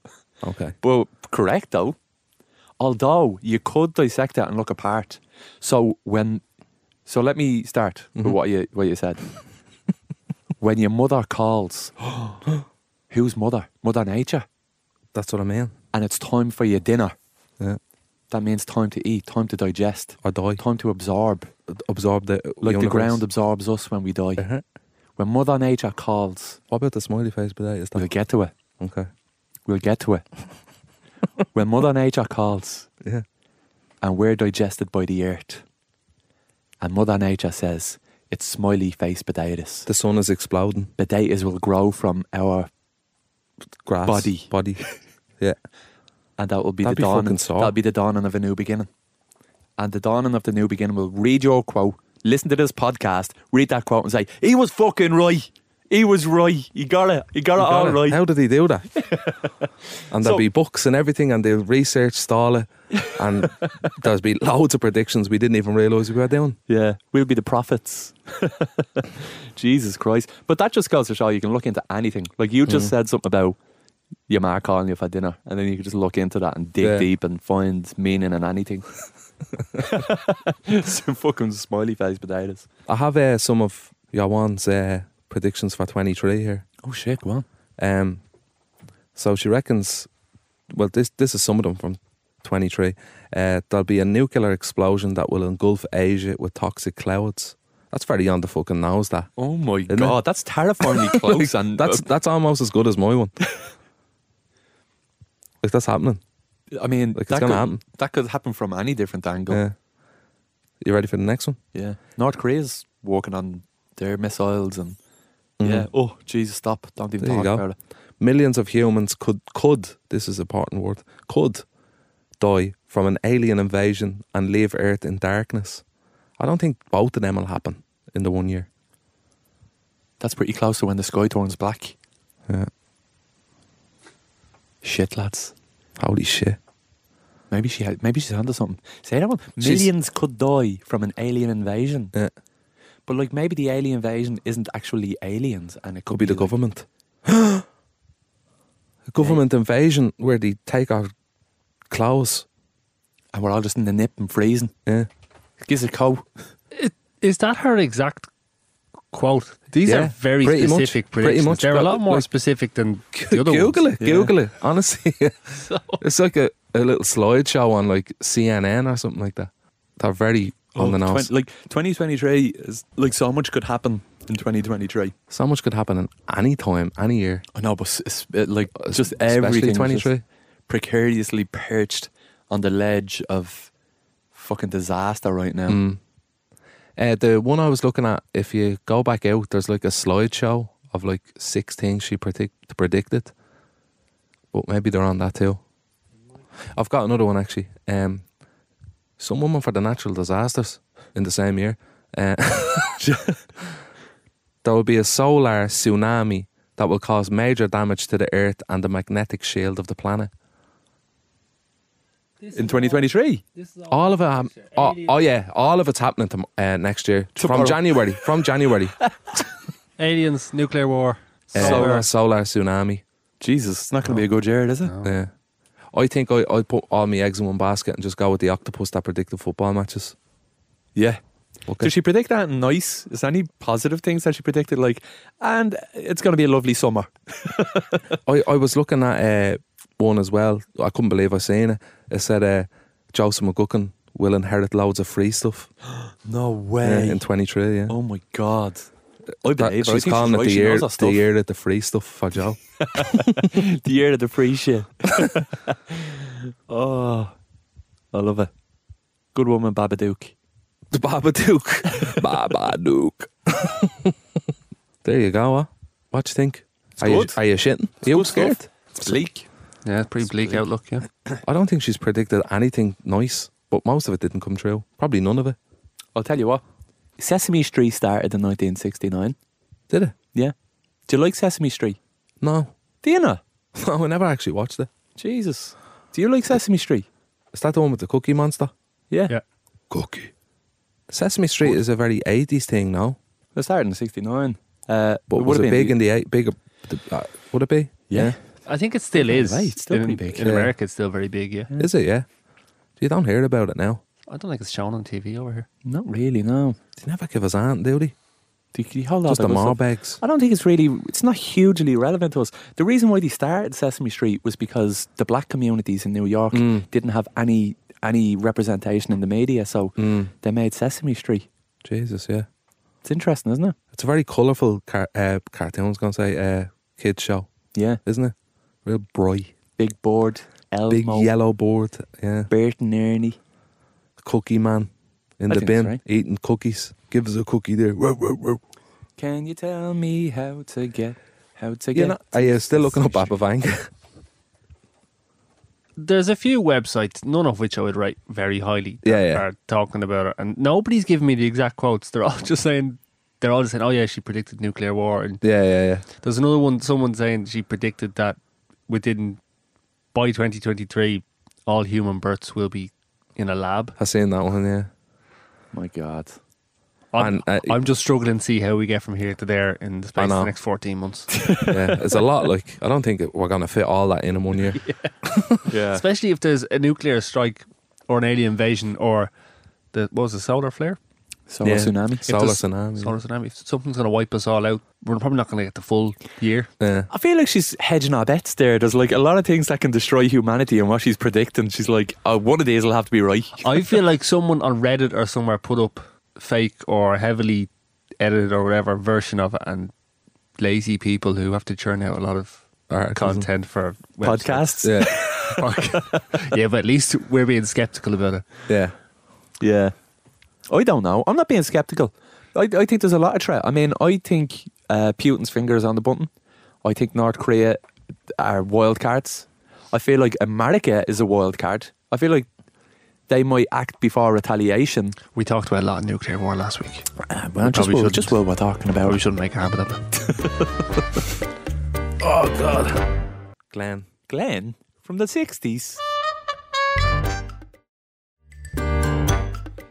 E: Okay.
D: Well, correct though. Although you could dissect that and look apart. So when, so let me start with what you what you said. when your mother calls, (gasps) who's mother? Mother nature,
E: That's what I mean.
D: and it's time for your dinner.
E: Yeah.
D: That means time to eat, time to digest,
E: Or die.
D: time to absorb.
E: Absorb the
D: Like the
E: universe.
D: ground absorbs us when we die.
E: Uh-huh.
D: When mother nature calls,
E: What about the smiley face today? Is
D: we'll
E: that
D: get to it.
E: okay?
D: We'll get to it.
E: (laughs)
D: when mother nature calls,
E: Yeah.
D: and we're digested by the earth. And Mother Nature says it's smiley face potatoes.
E: The sun is exploding.
D: Potatoes will grow from our,
E: Grass.
D: Body.
E: Body. yeah.
D: and that will be
E: That'd
D: the
E: be
D: dawning.
E: fucking sore.
D: that'll be the dawning of a new beginning. And the dawning of the new beginning will read your quote, listen to this podcast, read that quote, and say he was fucking right. He was right. He got it. He got it (laughs) all
E: Got it.
D: right.
E: How did he do
D: (laughs)
E: that? and
D: So-
E: there'll be books and everything, and they'll research stall it,
D: (laughs)
E: and there'll be loads of predictions we didn't even realise we were doing.
D: Yeah, we'll be the prophets. (laughs) Jesus Christ. But that just goes to show you can look into anything. Like you
E: Mm.
D: just said something about your ma calling you for dinner, and then you can just look into that and dig
E: Yeah.
D: deep and find meaning in anything. (laughs) Some fucking smiley face potatoes.
E: I have uh, some of Yawan's uh, predictions for twenty three here.
D: Oh shit, go on.
E: Um, so she reckons, well, this this is some of them from 23. Uh, there'll be a nuclear explosion that will engulf Asia with toxic clouds. That's very on the fucking nose. That
D: Oh my god, that's
E: (laughs)
D: terrifyingly close. and
E: that's
D: that's
E: that's almost as good as
D: (laughs)
E: my one. like that's happening.
D: I mean,
E: like, it's
D: that,
E: gonna
D: could,
E: happen.
D: that could happen from any different angle.
E: Yeah.
D: Yeah.
E: You ready for the next one?
D: North Korea's working on their missiles and yeah. Oh Jesus, stop! Don't even
E: Mm-hmm. There you
D: talk
E: go.
D: about it.
E: Millions of humans could could this is an important word could die from an alien invasion and leave Earth in darkness. I don't think both of them will happen in the one year.
D: That's pretty close to when the sky turns black.
E: Yeah.
D: Shit, lads.
E: Holy shit.
D: Maybe she had, maybe she's onto something. Say that one.
E: She's-
D: Millions could die from an alien invasion.
E: Yeah.
D: But like maybe the alien invasion isn't actually aliens and it could,
E: could be the
D: like-
E: government. (gasps) a government invasion where they take our clothes.
D: And we're all just in the nip and freezing.
E: Yeah.
D: Gives a cow.
G: Is that her exact quote? These
E: Yeah,
G: are very
E: pretty much,
G: specific
E: pretty
G: predictions.
E: much,
G: They're a
E: but
G: lot more
E: like-
G: specific than (laughs) the other
E: Google
G: ones.
E: it. Google it.
G: (laughs)
E: Honestly, (laughs) it's like a, a little slideshow on like CNN or something like that. They're very on the nose.
D: Oh, like 2023 is like so much could happen in 2023.
E: so much could happen in any time, any year.
D: I know, but it's, it, like just
E: especially
D: everything
E: 23.
D: precariously perched on the ledge of fucking disaster right now.
E: Mm. Uh, the one I was looking at, if you go back out, there's like a slideshow of like six things she predict- predicted. But maybe they're on that too. I've got another one actually. Um, some woman for the natural disasters in the same year. Uh, (laughs) there will be a solar tsunami that will cause major damage to the Earth and the magnetic shield of the planet.
D: In 2023?
E: All of it. Um, oh, oh yeah, all of it's happening tom- uh, next year
D: Tomorrow.
E: from January.
D: (laughs)
E: From January.
G: Aliens, nuclear war. uh,
E: solar,
G: solar.
E: Uh, solar tsunami.
D: Jesus, it's not going to be a good year, is it?
E: Yeah. I think I, I'd put all my eggs in one basket and just go with the octopus that predicted football matches.
D: Yeah.
E: Okay.
D: Did she predict that in nice? Is there any positive things that she predicted? Like, and it's going to be a lovely summer.
E: I, I was looking at uh, one as well. I couldn't believe I seen it. It said uh, Joseph McGuckin will inherit loads of free stuff
D: No
E: yeah,
D: way.
E: in 23. Yeah.
D: oh my God. I
E: That-
D: believe her. I
E: she's
D: think
E: calling it
D: right.
E: the
D: She
E: year,
D: knows that
E: the
D: stuff.
E: year that the free stuff for Joe.
D: the year of the free shit. (laughs) oh, I love it. Good woman, Babadook.
E: The Babadook. (laughs) Babadook. (laughs) there you go. Huh? What do you think? Are you,
D: good.
E: are you shitting? Are you scared?
D: Bleak.
G: Yeah, it's pretty bleak outlook. Yeah,
E: I don't think she's predicted anything nice, but most of it didn't come true. Probably none of it.
D: I'll tell you what. Sesame Street started in 1969.
E: Did it?
D: Yeah. Do you like Sesame Street?
E: No. (laughs)
D: Do you know?
E: No, I never actually watched it.
D: Jesus. Do you like Sesame Street?
E: Is that the one with the Cookie Monster?
D: Yeah.
F: Yeah.
E: Cookie. Sesame Street is a very 80s thing now,
D: It started in 69. Uh,
E: but
D: it
E: was
D: would've
E: it
D: been-
E: big in the eight? Big, uh, would it be?
D: Yeah.
G: I think it still is.
D: Right, it's still
G: in,
D: pretty big.
G: in
E: Yeah.
G: America. It's still very big. Yeah,
E: Yeah. Is it? Yeah. You don't hear about it now.
G: I don't think it's shown on TV over here.
D: Not really, no.
E: They never give us aunt, do they?
D: Do you, hold on
E: Just
D: (laughs)
E: the Marbegs.
D: I don't think it's really, it's not hugely relevant to us. The reason why they started Sesame Street was because the black communities in New York
E: Mm.
D: didn't have any any representation in the media, so
E: Mm.
D: they made Sesame Street.
E: Jesus, yeah.
D: It's interesting, isn't it?
E: It's a very colourful car- uh, cartoon, I was going to say, uh, kids show,
D: Yeah.
E: isn't it? Real bright.
D: Big board, Elmo,
E: Big yellow board. Yeah.
D: Bert and Ernie.
E: Cookie man in
D: I
E: the
D: think that's
E: bin
D: right.
E: eating cookies. Give us a cookie there. Wow, wow, wow.
D: Can you tell me how to get, how to get?
E: You know, are you still looking up Abba Vang? (laughs)
G: There's a few websites, none of which I would rate very highly.
E: Yeah,
G: that
E: yeah.
G: Are talking about it, and nobody's giving me the exact quotes. They're all (laughs) just saying. They're all just saying, "Oh yeah, she predicted nuclear war," and
E: yeah, yeah, yeah.
G: There's another one, someone saying she predicted that within by 2023, all human births will be in a lab.
E: I've seen that one,
D: (laughs)
E: yeah.
D: My God.
G: I'm,
E: And, uh,
G: I'm just struggling to see how we get from here to there in
E: I
G: the space of
E: know.
G: the next 14 months.
E: (laughs) yeah. It's a lot like, I don't think it- we're going to fit all that in
D: (laughs)
E: in one year.
D: Yeah.
G: Especially if there's a nuclear strike or an alien invasion or the what was the solar flare?
D: Solar
E: Yeah.
D: tsunami.
E: Solar
G: there's-
E: tsunami.
G: Solar tsunami. If something's going to wipe us all out, we're probably not going to get the full
E: (laughs)
G: year.
E: yeah.
D: I feel like she's hedging our bets there. There's like a lot of things that can destroy humanity, and what she's predicting, she's like, oh, one of these will have to be right.
G: I feel like someone on Reddit or somewhere put up fake or heavily edited or whatever version of it, and lazy people who have to churn out a lot of
E: Articles and-
G: content for websites.
D: Podcasts. (laughs)
E: Yeah.
G: (laughs) yeah, but at least we're being skeptical about it.
E: Yeah.
D: Yeah. I don't know. I'm not being skeptical. I, I think there's a lot of threat. I mean, I think uh, Putin's finger is on the button. I think North Korea are wild cards. I feel like America is a wild card. I feel like they might act before retaliation.
G: We talked about a lot of nuclear war last week.
D: Uh, Well, just,
G: probably
D: what,
G: shouldn't.
D: just what we're talking about.
G: We shouldn't make a habit of it.
E: Glenn.
D: Glenn from the 60s.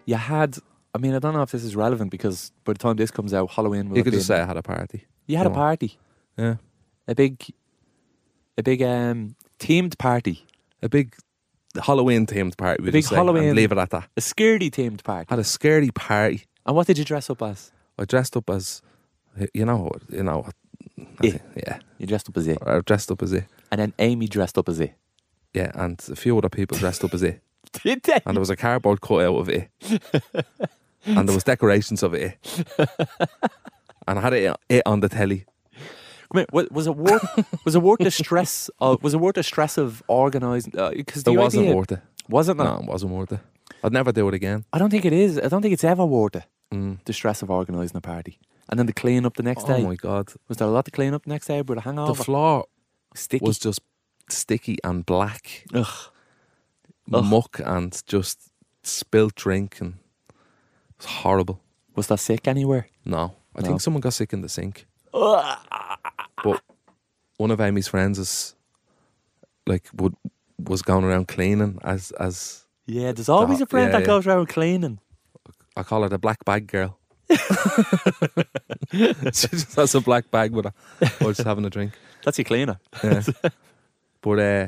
D: You had, I mean, I don't know if this is relevant because by the time this comes out, Halloween will
E: You
D: have
E: could just
D: been-
E: say I had a party.
D: You had a
E: Go on.
D: party,
E: Yeah.
D: a big, a big um, themed party,
E: A big Halloween themed party. We
D: A big
E: just say, and
D: Halloween-
E: Leave it at that.
D: a scaredy themed party.
E: Had a scary party.
D: And what did you dress up as?
E: I dressed up as, you know, you know, I
D: Yeah.
E: think- yeah.
D: You dressed up as it.
E: I dressed up as it.
D: And then Amy dressed up as
E: (laughs)
D: it.
E: Yeah, and a few other people dressed up as it.
D: Did they?
E: And there was a cardboard cutout
D: (laughs)
E: of it. and there was decorations of it. and I had it, it on the telly.
D: Come here, was, was it worth? was it worth the stress? Of, was it worth the stress of uh, organising? Because
E: It wasn't worth it.
D: Was it not?
E: No, it wasn't worth it. I'd never do it again.
D: I don't think it is. I don't think it's ever worth it.
E: Mm.
D: The stress of organising a party and then the clean up the next
E: Oh
D: day.
E: my God.
D: Was there a lot to clean up the next day? With a hangover,
E: The floor
D: sticky.
E: was just sticky and black,
D: Ugh. Ugh.
E: muck, and just spilt drink. And it was horrible.
D: Was that sick anywhere?
E: No, I
D: No.
E: think someone got sick in the sink. but one of Amy's friends is like would was going around cleaning as as
D: Yeah, there's always a friend
E: yeah,
D: that
E: yeah.
D: goes around cleaning.
E: I call her the black bag girl. (laughs) she just has a black bag with her while she's having a drink.
D: That's your cleaner.
E: Yeah. but uh,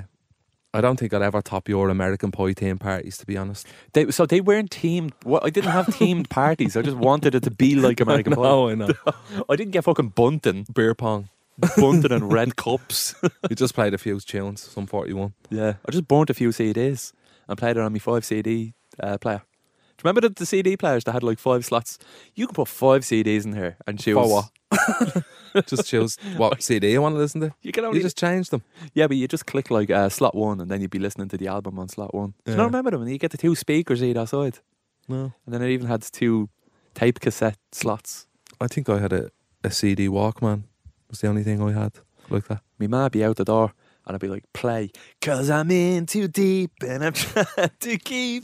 E: I don't think I'd ever top your American pie team parties, to be honest.
D: They, so they weren't teamed. Well, I didn't have
E: (laughs)
D: teamed parties. I just wanted it to be like American
E: no, (laughs) Oh, I know.
D: Pie. I didn't get fucking
E: (laughs)
D: bunting,
E: Beer pong.
D: bunting and (laughs) red cups.
E: You just played a few tunes, some 41.
D: yeah, I just burnt a few CDs and played it on my five CD uh, player. you remember the, the CD players that had like five slots? You could put five CDs in here and choose.
E: For what? just choose what CD you want to listen to.
D: You can only
E: You just change them.
D: yeah, but you just click like uh, slot one, and then you'd be listening to the album on slot one. Do you not remember them? And you get the two speakers either side,
E: No,
D: and then it even had two tape cassette slots.
E: I think I had a, a CD Walkman. Was the only thing I had like that.
D: Me ma be out the door, and I'd be like, "Play, cause I'm in too deep, and I'm (laughs) trying to keep."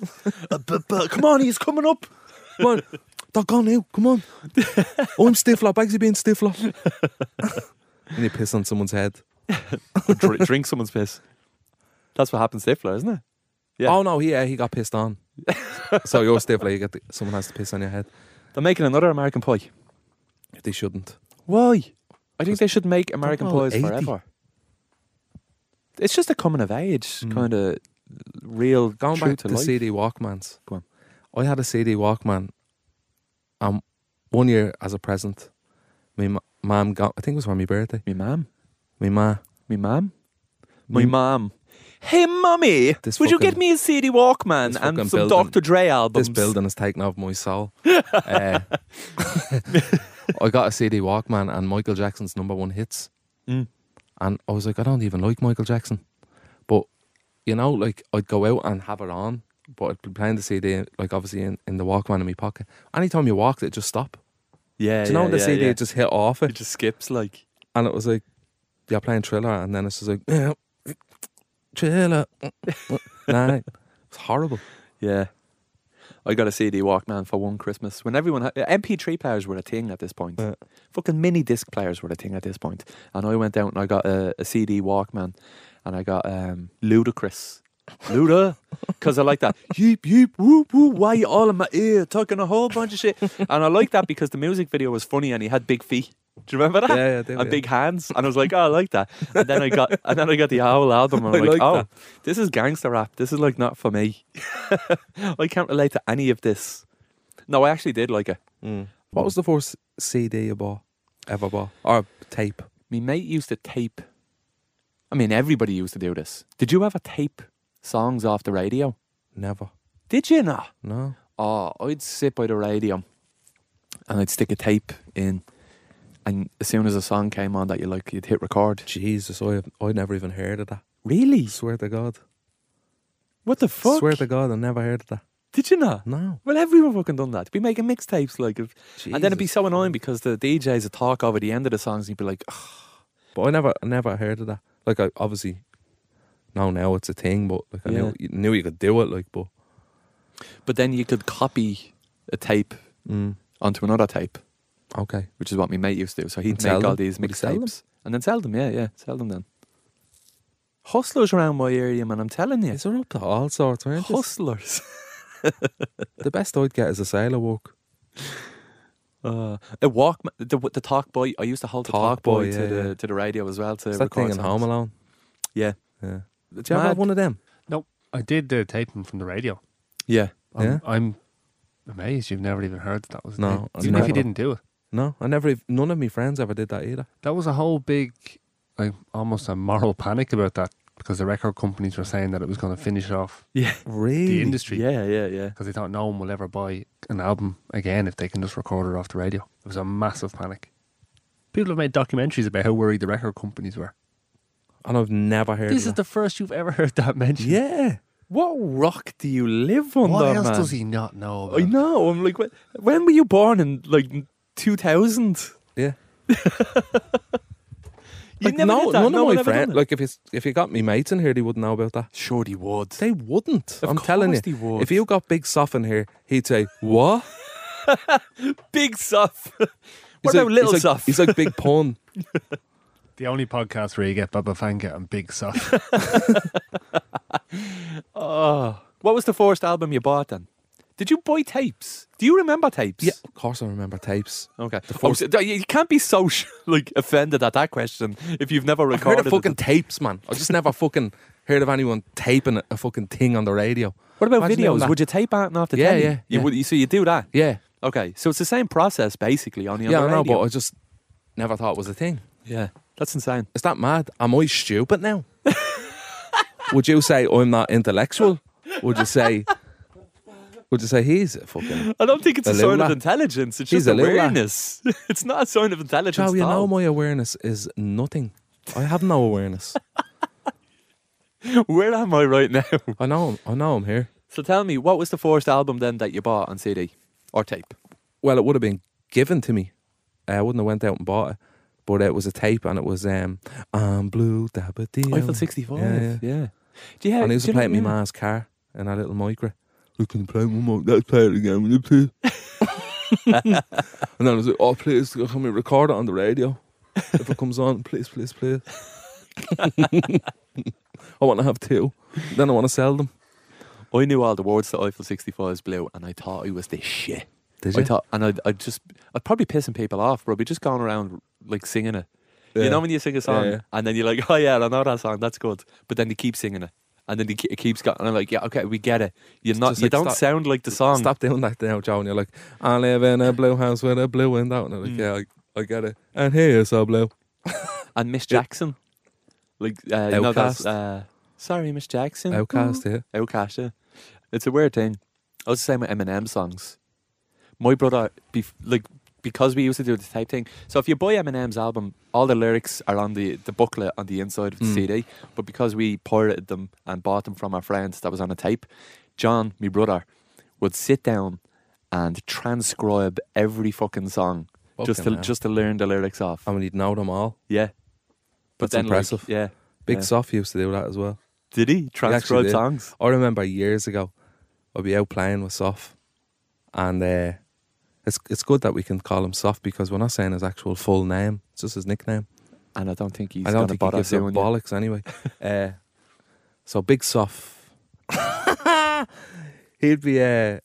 D: Uh, but, but come on, he's coming up.
E: Come on, they're gone now. Come on. Oh, I'm Stifler. Bagsy being Stifler. and you piss on someone's head.
D: Or dr- drink someone's piss. That's what happens, to Stifler, isn't it? Yeah.
E: Oh no, yeah, he got pissed on. so you're Stifler. You get the, someone has to piss on your head.
D: They're making another American Pie.
E: They shouldn't.
D: Why? I think they should make American
E: all
D: Pies
E: 80.
D: forever. It's just a coming of age kind of real
E: Going
D: true
E: back
D: Hmm. to
E: to,
D: life.
E: CD Walkmans.
D: Go on.
E: I had a CD Walkman. Um, one year as a present, my ma- mom got. I think it was on my birthday.
D: Me mum,
E: My ma.
D: me mum, my
E: Me-
D: mum. Hey, mummy,
E: This
D: would you get
E: fucking-
D: me a CD Walkman
E: this
D: and
E: fucking
D: some
E: building-
D: Dr. Dre albums?
E: This building has taken over
D: (laughs)
E: my soul. uh, I got a CD Walkman and Michael Jackson's number one hits.
D: Mm.
E: And I was like, I don't even like Michael Jackson. But, you know, like, I'd go out and have it on, but I'd be playing the CD, like, obviously in, in the Walkman in my pocket. Anytime you walked, it just stopped.
D: Yeah,
E: Do you know
D: yeah,
E: when the
D: yeah,
E: CD
D: yeah.
E: just hit off
D: it
E: it?
D: just skips like.
E: And it was like, you're playing Thriller. And then it's just like, (laughs) yeah, Thriller. (laughs) nah,
D: (laughs)
E: it's horrible.
D: Yeah. I got a CD Walkman for one Christmas when everyone had MP3 players were a thing at this point.
E: Yeah.
D: Fucking mini disc players were a thing at this point. And I went out and I got a, a CD Walkman and I got um, Ludacris. Luda, because I like that. Yeep, yeep, whoop, whoop, why you all in my ear talking a whole bunch of shit? And I like that because the music video was funny and he had big feet. Do you remember that?
E: Yeah, yeah, I do,
D: And
E: yeah.
D: big hands. And I was like, oh, I like that. And then I got (laughs) and then I got the Owl album and I'm
E: I
D: like,
E: like
D: oh,
E: that.
D: this is gangster rap. This is like not for me. (laughs) I can't relate to any of this. No, I actually did like it.
E: What was the first CD you bought? Ever bought? Or tape?
D: Me mate used to tape. I mean, everybody used to do this. Did you ever tape songs off the radio?
E: Never.
D: Did you not?
E: No.
D: Oh, I'd sit by the radio and I'd stick a tape in. And as soon as a song came on that you like, you'd hit record.
E: Jesus, I have, I never even heard of that.
D: Really?
E: Swear to God.
D: What the fuck?
E: Swear to God, I never heard of that.
D: Did you not?
E: No.
D: Well, everyone fucking done that. Be making mixtapes like, of- and then it'd be
E: Jesus
D: so annoying because the DJs would talk over the end of the songs, and you'd be like, "Ugh,
E: But I never, I never heard of that. Like, I obviously, no, now it's a thing. But like, I
D: Yeah.
E: knew, you knew you could do it. Like, but
D: but then you could copy a tape
E: mm,
D: onto another tape,
E: okay,
D: which is what my mate used to do. So he'd
E: And
D: make
E: sell
D: all
E: them?
D: these
E: Would he sell them?
D: mixtapes and then sell them. Yeah, yeah, sell them then. Hustlers around my area, man. I'm telling you,
E: is there up to all sorts? Aren't you?
D: hustlers. (laughs)
E: The best I'd get is a sailor walk.
D: Uh, a walk, the, the talk boy. I used to hold the talk,
E: Talk
D: boy,
E: boy,
D: to
E: yeah,
D: the
E: yeah.
D: to the radio as well to record
E: Is that thing in
D: songs.
E: Home Alone?
D: Yeah,
E: Yeah. Did you ever
D: Mad.
E: have one of them?
F: No, I did the taping from the radio.
D: yeah.
F: I'm,
E: Yeah?
F: I'm amazed you've never even heard that was a
E: No,
F: thing.
E: I've
F: even if you
E: never.
F: didn't do it.
E: No, I never. ev- None of my friends ever did that either.
F: That was a whole big, like, almost a moral panic about that because the record companies were saying that it was going to finish off
D: Yeah,
E: Really?
F: the industry.
D: yeah, yeah, yeah.
F: Because they thought no one will ever buy an album again if they can just record it off the radio. It was a massive panic. People have made documentaries about how worried the record companies were.
E: And I've never heard.
F: This is
E: of
F: the first you've ever heard that mentioned.
E: yeah.
D: What rock do you live on,
F: What
D: though,
F: else
D: man?
F: does he not know about?
D: I know. I'm like, when, when were you born? In like 2000?
E: Yeah.
D: You
E: Like, no,
D: did that.
E: none
D: No
E: of
D: one
E: my
D: ever done
E: friends.
D: it.
E: Like if you if you got me mates in here, they wouldn't know about that.
D: sure he would.
E: They wouldn't.
D: Of
E: I'm telling
D: course
E: you.
D: they would.
E: If you got Big Soft in here, he'd say
D: (laughs)
E: what?
D: Big
E: (laughs)
D: stuff.
E: He's
D: what about
E: like-
D: little
E: he's like-
D: stuff?
E: He's like Big
D: (laughs)
E: Pun.
F: The only podcast where you get Baba Fanga and Big Soft.
D: oh,
E: Ah.
D: what was the first album you bought then? Did you buy tapes? Do you remember tapes?
E: yeah, of course I remember tapes.
D: Okay.
E: first-
D: Oh, so- you you can't be so (laughs) sh- like offended at that question if you've never
E: I heard
D: recorded.
E: of
D: it.
E: fucking tapes, man. I just never fucking heard of anyone taping a, a fucking thing on the radio.
D: What about
E: Imagine doing
D: videos?
E: that.
D: Would you tape out and off the
E: Yeah,
D: telly?
E: yeah,
D: You
E: yeah.
D: would. You, so you do that.
E: Yeah,
D: Okay. So it's the same process basically. Only on
E: yeah,
D: the
E: I know,
D: radio.
E: but I just never thought it was a thing.
D: yeah, that's insane.
E: Is that mad? Am I stupid now? Would you say I'm not intellectual? Would you say Would you say he's a fucking?
D: I don't think it's
E: A
D: a,
E: little
D: sign of
E: lad.
D: intelligence. It's
E: He's
D: just
E: a little lad.
D: awareness. (laughs) it's not a sign of intelligence.
E: Joe, you
D: at
E: know
D: all.
E: my awareness is nothing. I have no awareness.
D: (laughs) Where am I right now? (laughs)
E: I know. I know I'm here.
D: So tell me, what was the first album then that you bought on CD or tape?
E: Well, it would have been given to me. Uh, I wouldn't have went out and bought it, but it was a tape and it was um, I'm blue, dabba dee.
D: Eiffel 65.
E: Yeah,
D: Yeah.
E: yeah.
D: Do you have,
E: And he used
D: do
E: to
D: you know-
E: play it in my
D: yeah.
E: ma's car in that little micro. Look can play one more. Let's play it again, will you (laughs) please? and then I was like, oh, please, can we record it on the radio? If it comes on, please, please, (laughs) please. I want to have two. Then I want to sell them.
D: I knew all the words to Eiffel 65's Blue and I thought it was the shit.
E: Did
D: I thought, and I'd, I'd just, I'd probably pissing people off, bro. I'd be just going around like singing it.
E: Yeah.
D: You know when you sing a song
E: yeah.
D: and then you're like, oh yeah, I know that song, that's good. But then you keep singing it. And then it ke- it keeps going, and I'm like, yeah, okay, we get it. You're not,
E: just
D: you
E: like,
D: don't
E: stop-
D: sound like the song.
E: Stop doing that now, Joe. And you're like, I live in a blue house with a blue window. And I'm like,
D: Mm.
E: yeah, I, I get it. And here is our blue.
D: And Miss Jackson, like, uh, you know that's,
E: Outcast.
D: uh, sorry, Miss Jackson.
E: Outcast here.
D: Outcast, yeah. It's a weird thing. I was the same with Eminem songs. My brother, bef- like, because we used to do the type thing. So if you buy Eminem's album, all the lyrics are on the, the booklet on the inside of the CD. But because we pirated them and bought them from our friends that was on a tape, John, my brother, would sit down and transcribe every fucking song just to
E: Fucking hell.
D: just to learn the lyrics off.
E: And we need know them all.
D: yeah,
E: That's
D: then, like,
E: impressive.
D: yeah,
E: Big
D: yeah.
E: Soft used to do that as well.
D: Did he
E: He actually
D: transcribe
E: did.
D: songs?
E: I remember years ago, I'd be out playing with Soft, and uh, it's it's good that we can call him Soft because we're not saying his actual full name; it's just his nickname.
D: And I don't think he's
E: I
D: gonna
E: don't think he
D: bother
E: gives a
D: doing it.
E: bollocks anyway. uh, so Big Soft, he'd be uh,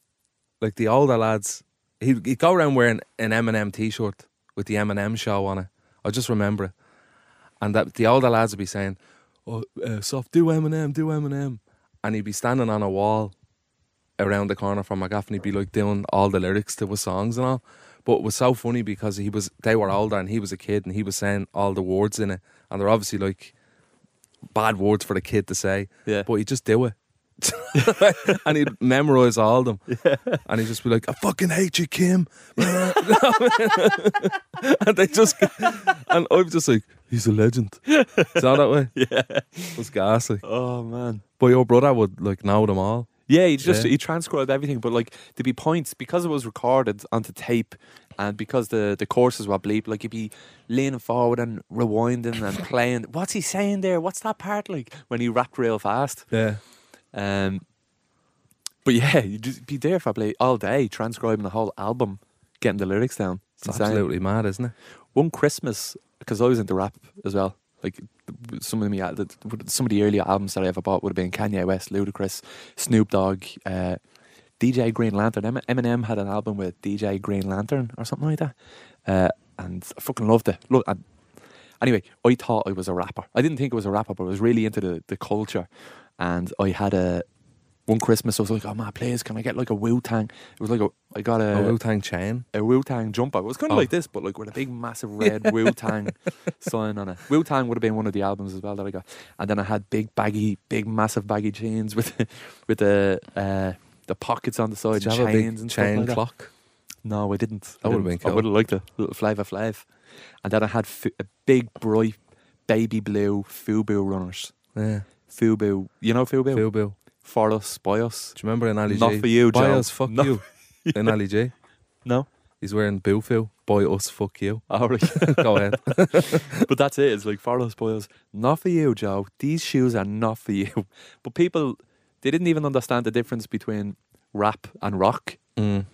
E: like the older lads. He'd, he'd go around wearing an Eminem T-shirt with the Eminem show on it. I just remember it, and that the older lads would be saying, "Oh, uh, Soft, do Eminem, do Eminem," and he'd be standing on a wall around the corner from McGaffin, he'd be like doing all the lyrics to his songs and all. But it was so funny because he was they were older and he was a kid and he was saying all the words in it. And they're obviously like bad words for the kid to say.
D: Yeah.
E: But he'd just do it. (laughs) and he'd memorize all of them. And he'd just be like, I fucking hate you, Kim. (laughs) and they just and I was just like, he's a legend. It's not
D: (laughs)
E: that way. Yeah. It was ghastly.
D: Oh man.
E: But your brother would like know them all.
D: Yeah, he just
E: Yeah.
D: he transcribed everything, but like there'd be points because it was recorded onto tape, and because the the courses were bleep, like you'd be leaning forward and rewinding and playing. What's he saying there? What's that part like when he rapped real fast?
E: Yeah.
D: Um, but yeah, you'd just be there for probably all day transcribing the whole album, getting the lyrics down.
E: It's
D: Insane.
E: absolutely mad, isn't it?
D: One Christmas, because I was into rap as well. Like some of me, some of the earlier albums that I ever bought would have been Kanye West, Ludacris, Snoop Dogg, uh, DJ Green Lantern. Em- Eminem had an album with DJ Green Lantern or something like that, uh, and I fucking loved it. Look, I, anyway, I thought I was a rapper. I didn't think I was a rapper, but I was really into the, the culture, and I had a. One Christmas, I was like, "Oh man, please, can I get like a Wu Tang?" It was like a, I got
E: a Wu Tang chain.
D: a Wu Tang jumper. It was kind of
E: Oh.
D: like this, but like with a big, massive red
E: (laughs)
D: Wu Tang sign on it. Wu Tang would have been one of the albums as well that I got. And then I had big, baggy, big, massive, baggy jeans with (laughs) with the uh, the pockets on the side,
E: Did
D: and
E: you have a
D: chains
E: big
D: and stuff
E: chain
D: like that.
E: clock?
D: No, I didn't.
E: That
D: I
E: would've
D: didn't.
E: been
D: I
E: cool.
D: would have liked it. Little Flavor Flav. And then I had fu- a big, bright, baby blue Fubu runners.
E: Yeah.
D: Fubu, you know Fubu?
E: Phil Bill.
D: For us, by us.
E: Do you remember in Ali G?
D: Not for you,
E: Buy
D: Joe.
E: us, fuck
D: Not (laughs)
E: you. In Ali G.
D: No.
E: He's wearing Boofill. Buy us, fuck you. (laughs)
D: All right. (laughs)
E: Go ahead.
D: but that's it. It's like for us boys, not for you, Joe. These shoes are not for you. (laughs) But people, they didn't even understand the difference between rap and rock,
E: Mm.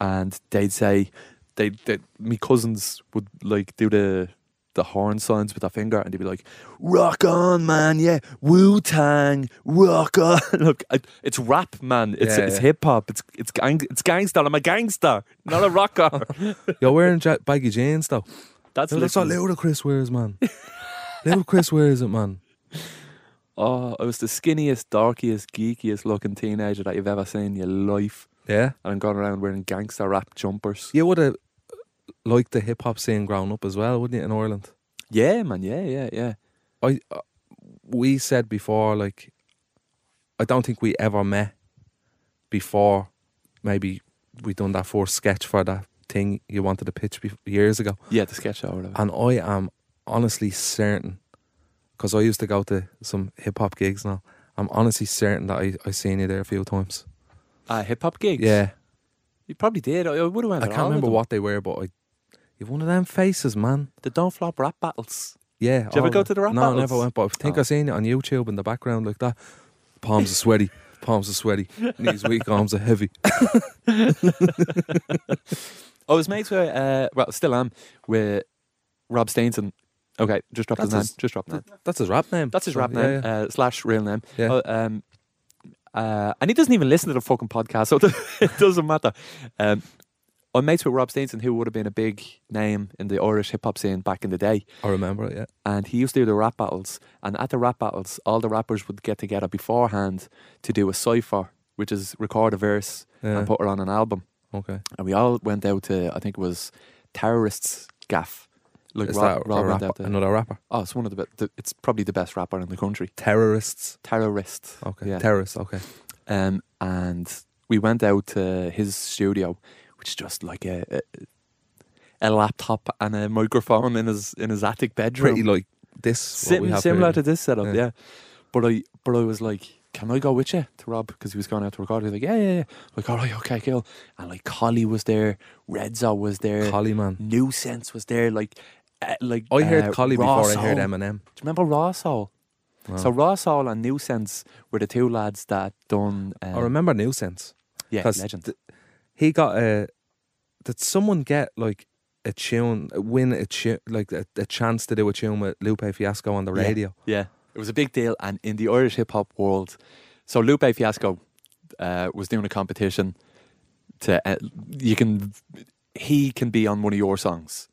D: and they'd say, they, they me cousins would like do the the horn signs with their finger, and they'd be like, "Rock on, man, yeah, Wu Tang, rock on." (laughs) Look, I, it's rap, man. It's
E: Yeah,
D: it's
E: yeah.
D: hip hop. It's it's gang, it's gangster. I'm a gangster, not a
E: (laughs)
D: rocker.
E: You're wearing ja- baggy jeans though.
D: that's
E: That's what
D: literally-
E: Ludacris wears, man. Ludacris wears it, man.
D: Oh, I was the skinniest, darkiest, geekiest looking teenager that you've ever seen in your life.
E: Yeah.
D: And I'm going around wearing gangster rap jumpers.
E: You would have liked the hip hop scene growing up as well, wouldn't you, in Ireland?
D: Yeah, man. Yeah, yeah, yeah.
E: I uh, we said before, like I don't think we ever met before maybe we done that first sketch for that thing you wanted to pitch bef years ago.
D: Yeah, the sketch show or whatever.
E: And I am honestly certain, because I used to go to some hip hop gigs now. I'm honestly certain that I I seen you there a few times.
D: Uh, Hip hop gigs.
E: Yeah,
D: You probably did. I, I would have went
E: I
D: to
E: can't
D: all of
E: remember
D: them.
E: what they were, but I, you've one of them faces, man.
D: The Don't Flop rap battles.
E: Yeah.
D: Did you ever
E: all
D: go
E: of-
D: to the rap
E: No, I never
D: battles?
E: went, but I think
D: Oh.
E: I seen it on YouTube in the background like that. Palms are sweaty. Palms are sweaty.
D: (laughs)
E: Knees weak. Arms are heavy.
D: I was mates with, uh, well, still am, with Rob Stainson. Okay, just drop his
E: That's
D: name.
E: his-
D: Just drop his name.
E: That's his rap name.
D: That's his rap
E: Yeah,
D: name,
E: yeah.
D: Uh, slash real name.
E: Yeah.
D: Uh, um, uh, and he doesn't even listen to the fucking podcast, so (laughs) it doesn't matter. Um, I'm mates with Rob Steenson, who would have been a big name in the Irish hip hop scene back in the day.
E: I remember it. Yeah.
D: And he used to do the rap battles. And at the rap battles, all the rappers would get together beforehand to do a cipher, which is record a verse
E: Yeah.
D: and put it on an album.
E: Okay.
D: And we all went out to, I think it was Terrorists Gaff. Like
E: Is
D: Rob, Rob
E: that a
D: went
E: rapper-
D: out to-
E: another rapper?
D: Oh, it's one of the, be- the. It's probably the best rapper in the country.
E: Terrorists.
D: Terrorist.
E: Okay.
D: Yeah.
E: Terrorists. Okay.
D: um, and we went out to his studio, which is just like a, a a laptop and a microphone in his in his attic bedroom,
E: Pretty like this. What we
D: Sim-
E: have
D: similar
E: here.
D: to this setup. Yeah.
E: Yeah.
D: but I but I was like, can I go with you to Rob because he was going out to record? He was like, yeah, yeah, yeah. Like, all right, okay, cool. And like, Collie was there, Redzo was there,
E: Collie man.
D: Nuisance was there, like. Uh, like
E: I heard
D: uh,
E: Collie
D: Raw
E: before I heard Oh.
D: Soul.
E: Eminem.
D: Do you remember Raw Soul? So Raw Soul and Nuisance were the two lads that done. Uh,
E: I remember Nuisance.
D: yeah,
E: 'cause
D: legend.
E: th- he got a. Did someone get like a tune, win a tune, like a, a chance to do a tune with Lupe Fiasco on the
D: Yeah.
E: radio?
D: Yeah, it was a big deal, and in the Irish hip hop world, so Lupe Fiasco uh, was doing a competition to uh, you can he can be on one of your songs,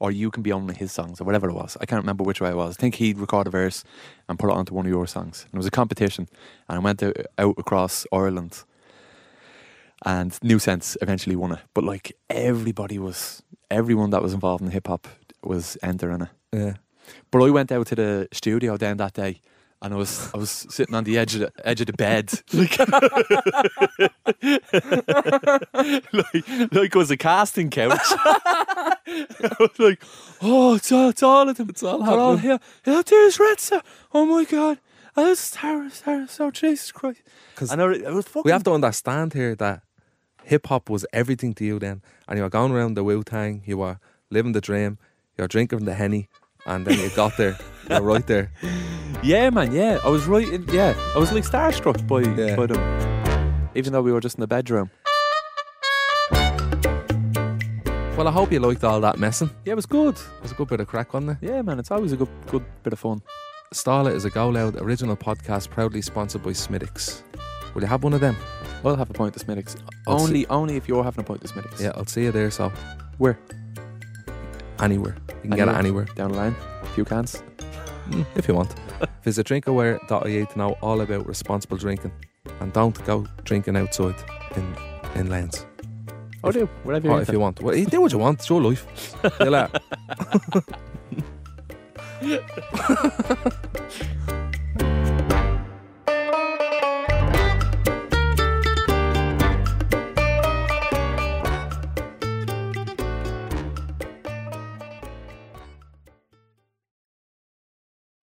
D: or you can be on one of his songs, or whatever it was. I can't remember which way it was. I think he'd record a verse and put it onto one of your songs, and it was a competition. And I went out, out across Ireland, and New Sense eventually won it. But like everybody was, everyone that was involved in hip hop was entering it.
E: Yeah.
D: But I went out to the studio then that day, and I was I was sitting on the edge of the edge of the bed, (laughs) like, like, like it was a casting couch. (laughs) I was like, oh, it's all, it's all of them, it's all, They're all here. Yeah, there's Redsa. Oh my god, oh, this is terrible, terrible. Oh Jesus Christ!
E: 'Cause
D: And I, re- I was fucking.
E: we have to understand here that hip hop was everything to you then, and you were going around the Wu Tang, you were living the dream, you were drinking the henny, and then you
D: (laughs)
E: got there, you were right there.
D: yeah, man, yeah. I was right. In, yeah, I was like starstruck by
E: Yeah.
D: by them, even though we were just in the bedroom.
E: Well, I hope you liked all that messing.
D: Yeah, it was good.
E: It was a good bit of crack, wasn't it?
D: Yeah, man, it's always a good good bit of fun.
E: Starlet is a Go Loud original podcast proudly sponsored by Smittix. Will you have one of them?
D: I'll have a pint of Smittix.
E: I'll
D: Only, only if you're having a pint of Smittix.
E: Yeah, I'll see you there, so
D: Where?
E: anywhere. You can get it anywhere.
D: Down the line. A few cans.
E: Mm, if you want. (laughs) Visit drinkaware.ie to know all about responsible drinking. And don't go drinking outside in in lanes.
D: I do. Whatever
E: Or
D: you
E: if
D: think.
E: you want. Well, you do what you want. It's your life. See you later.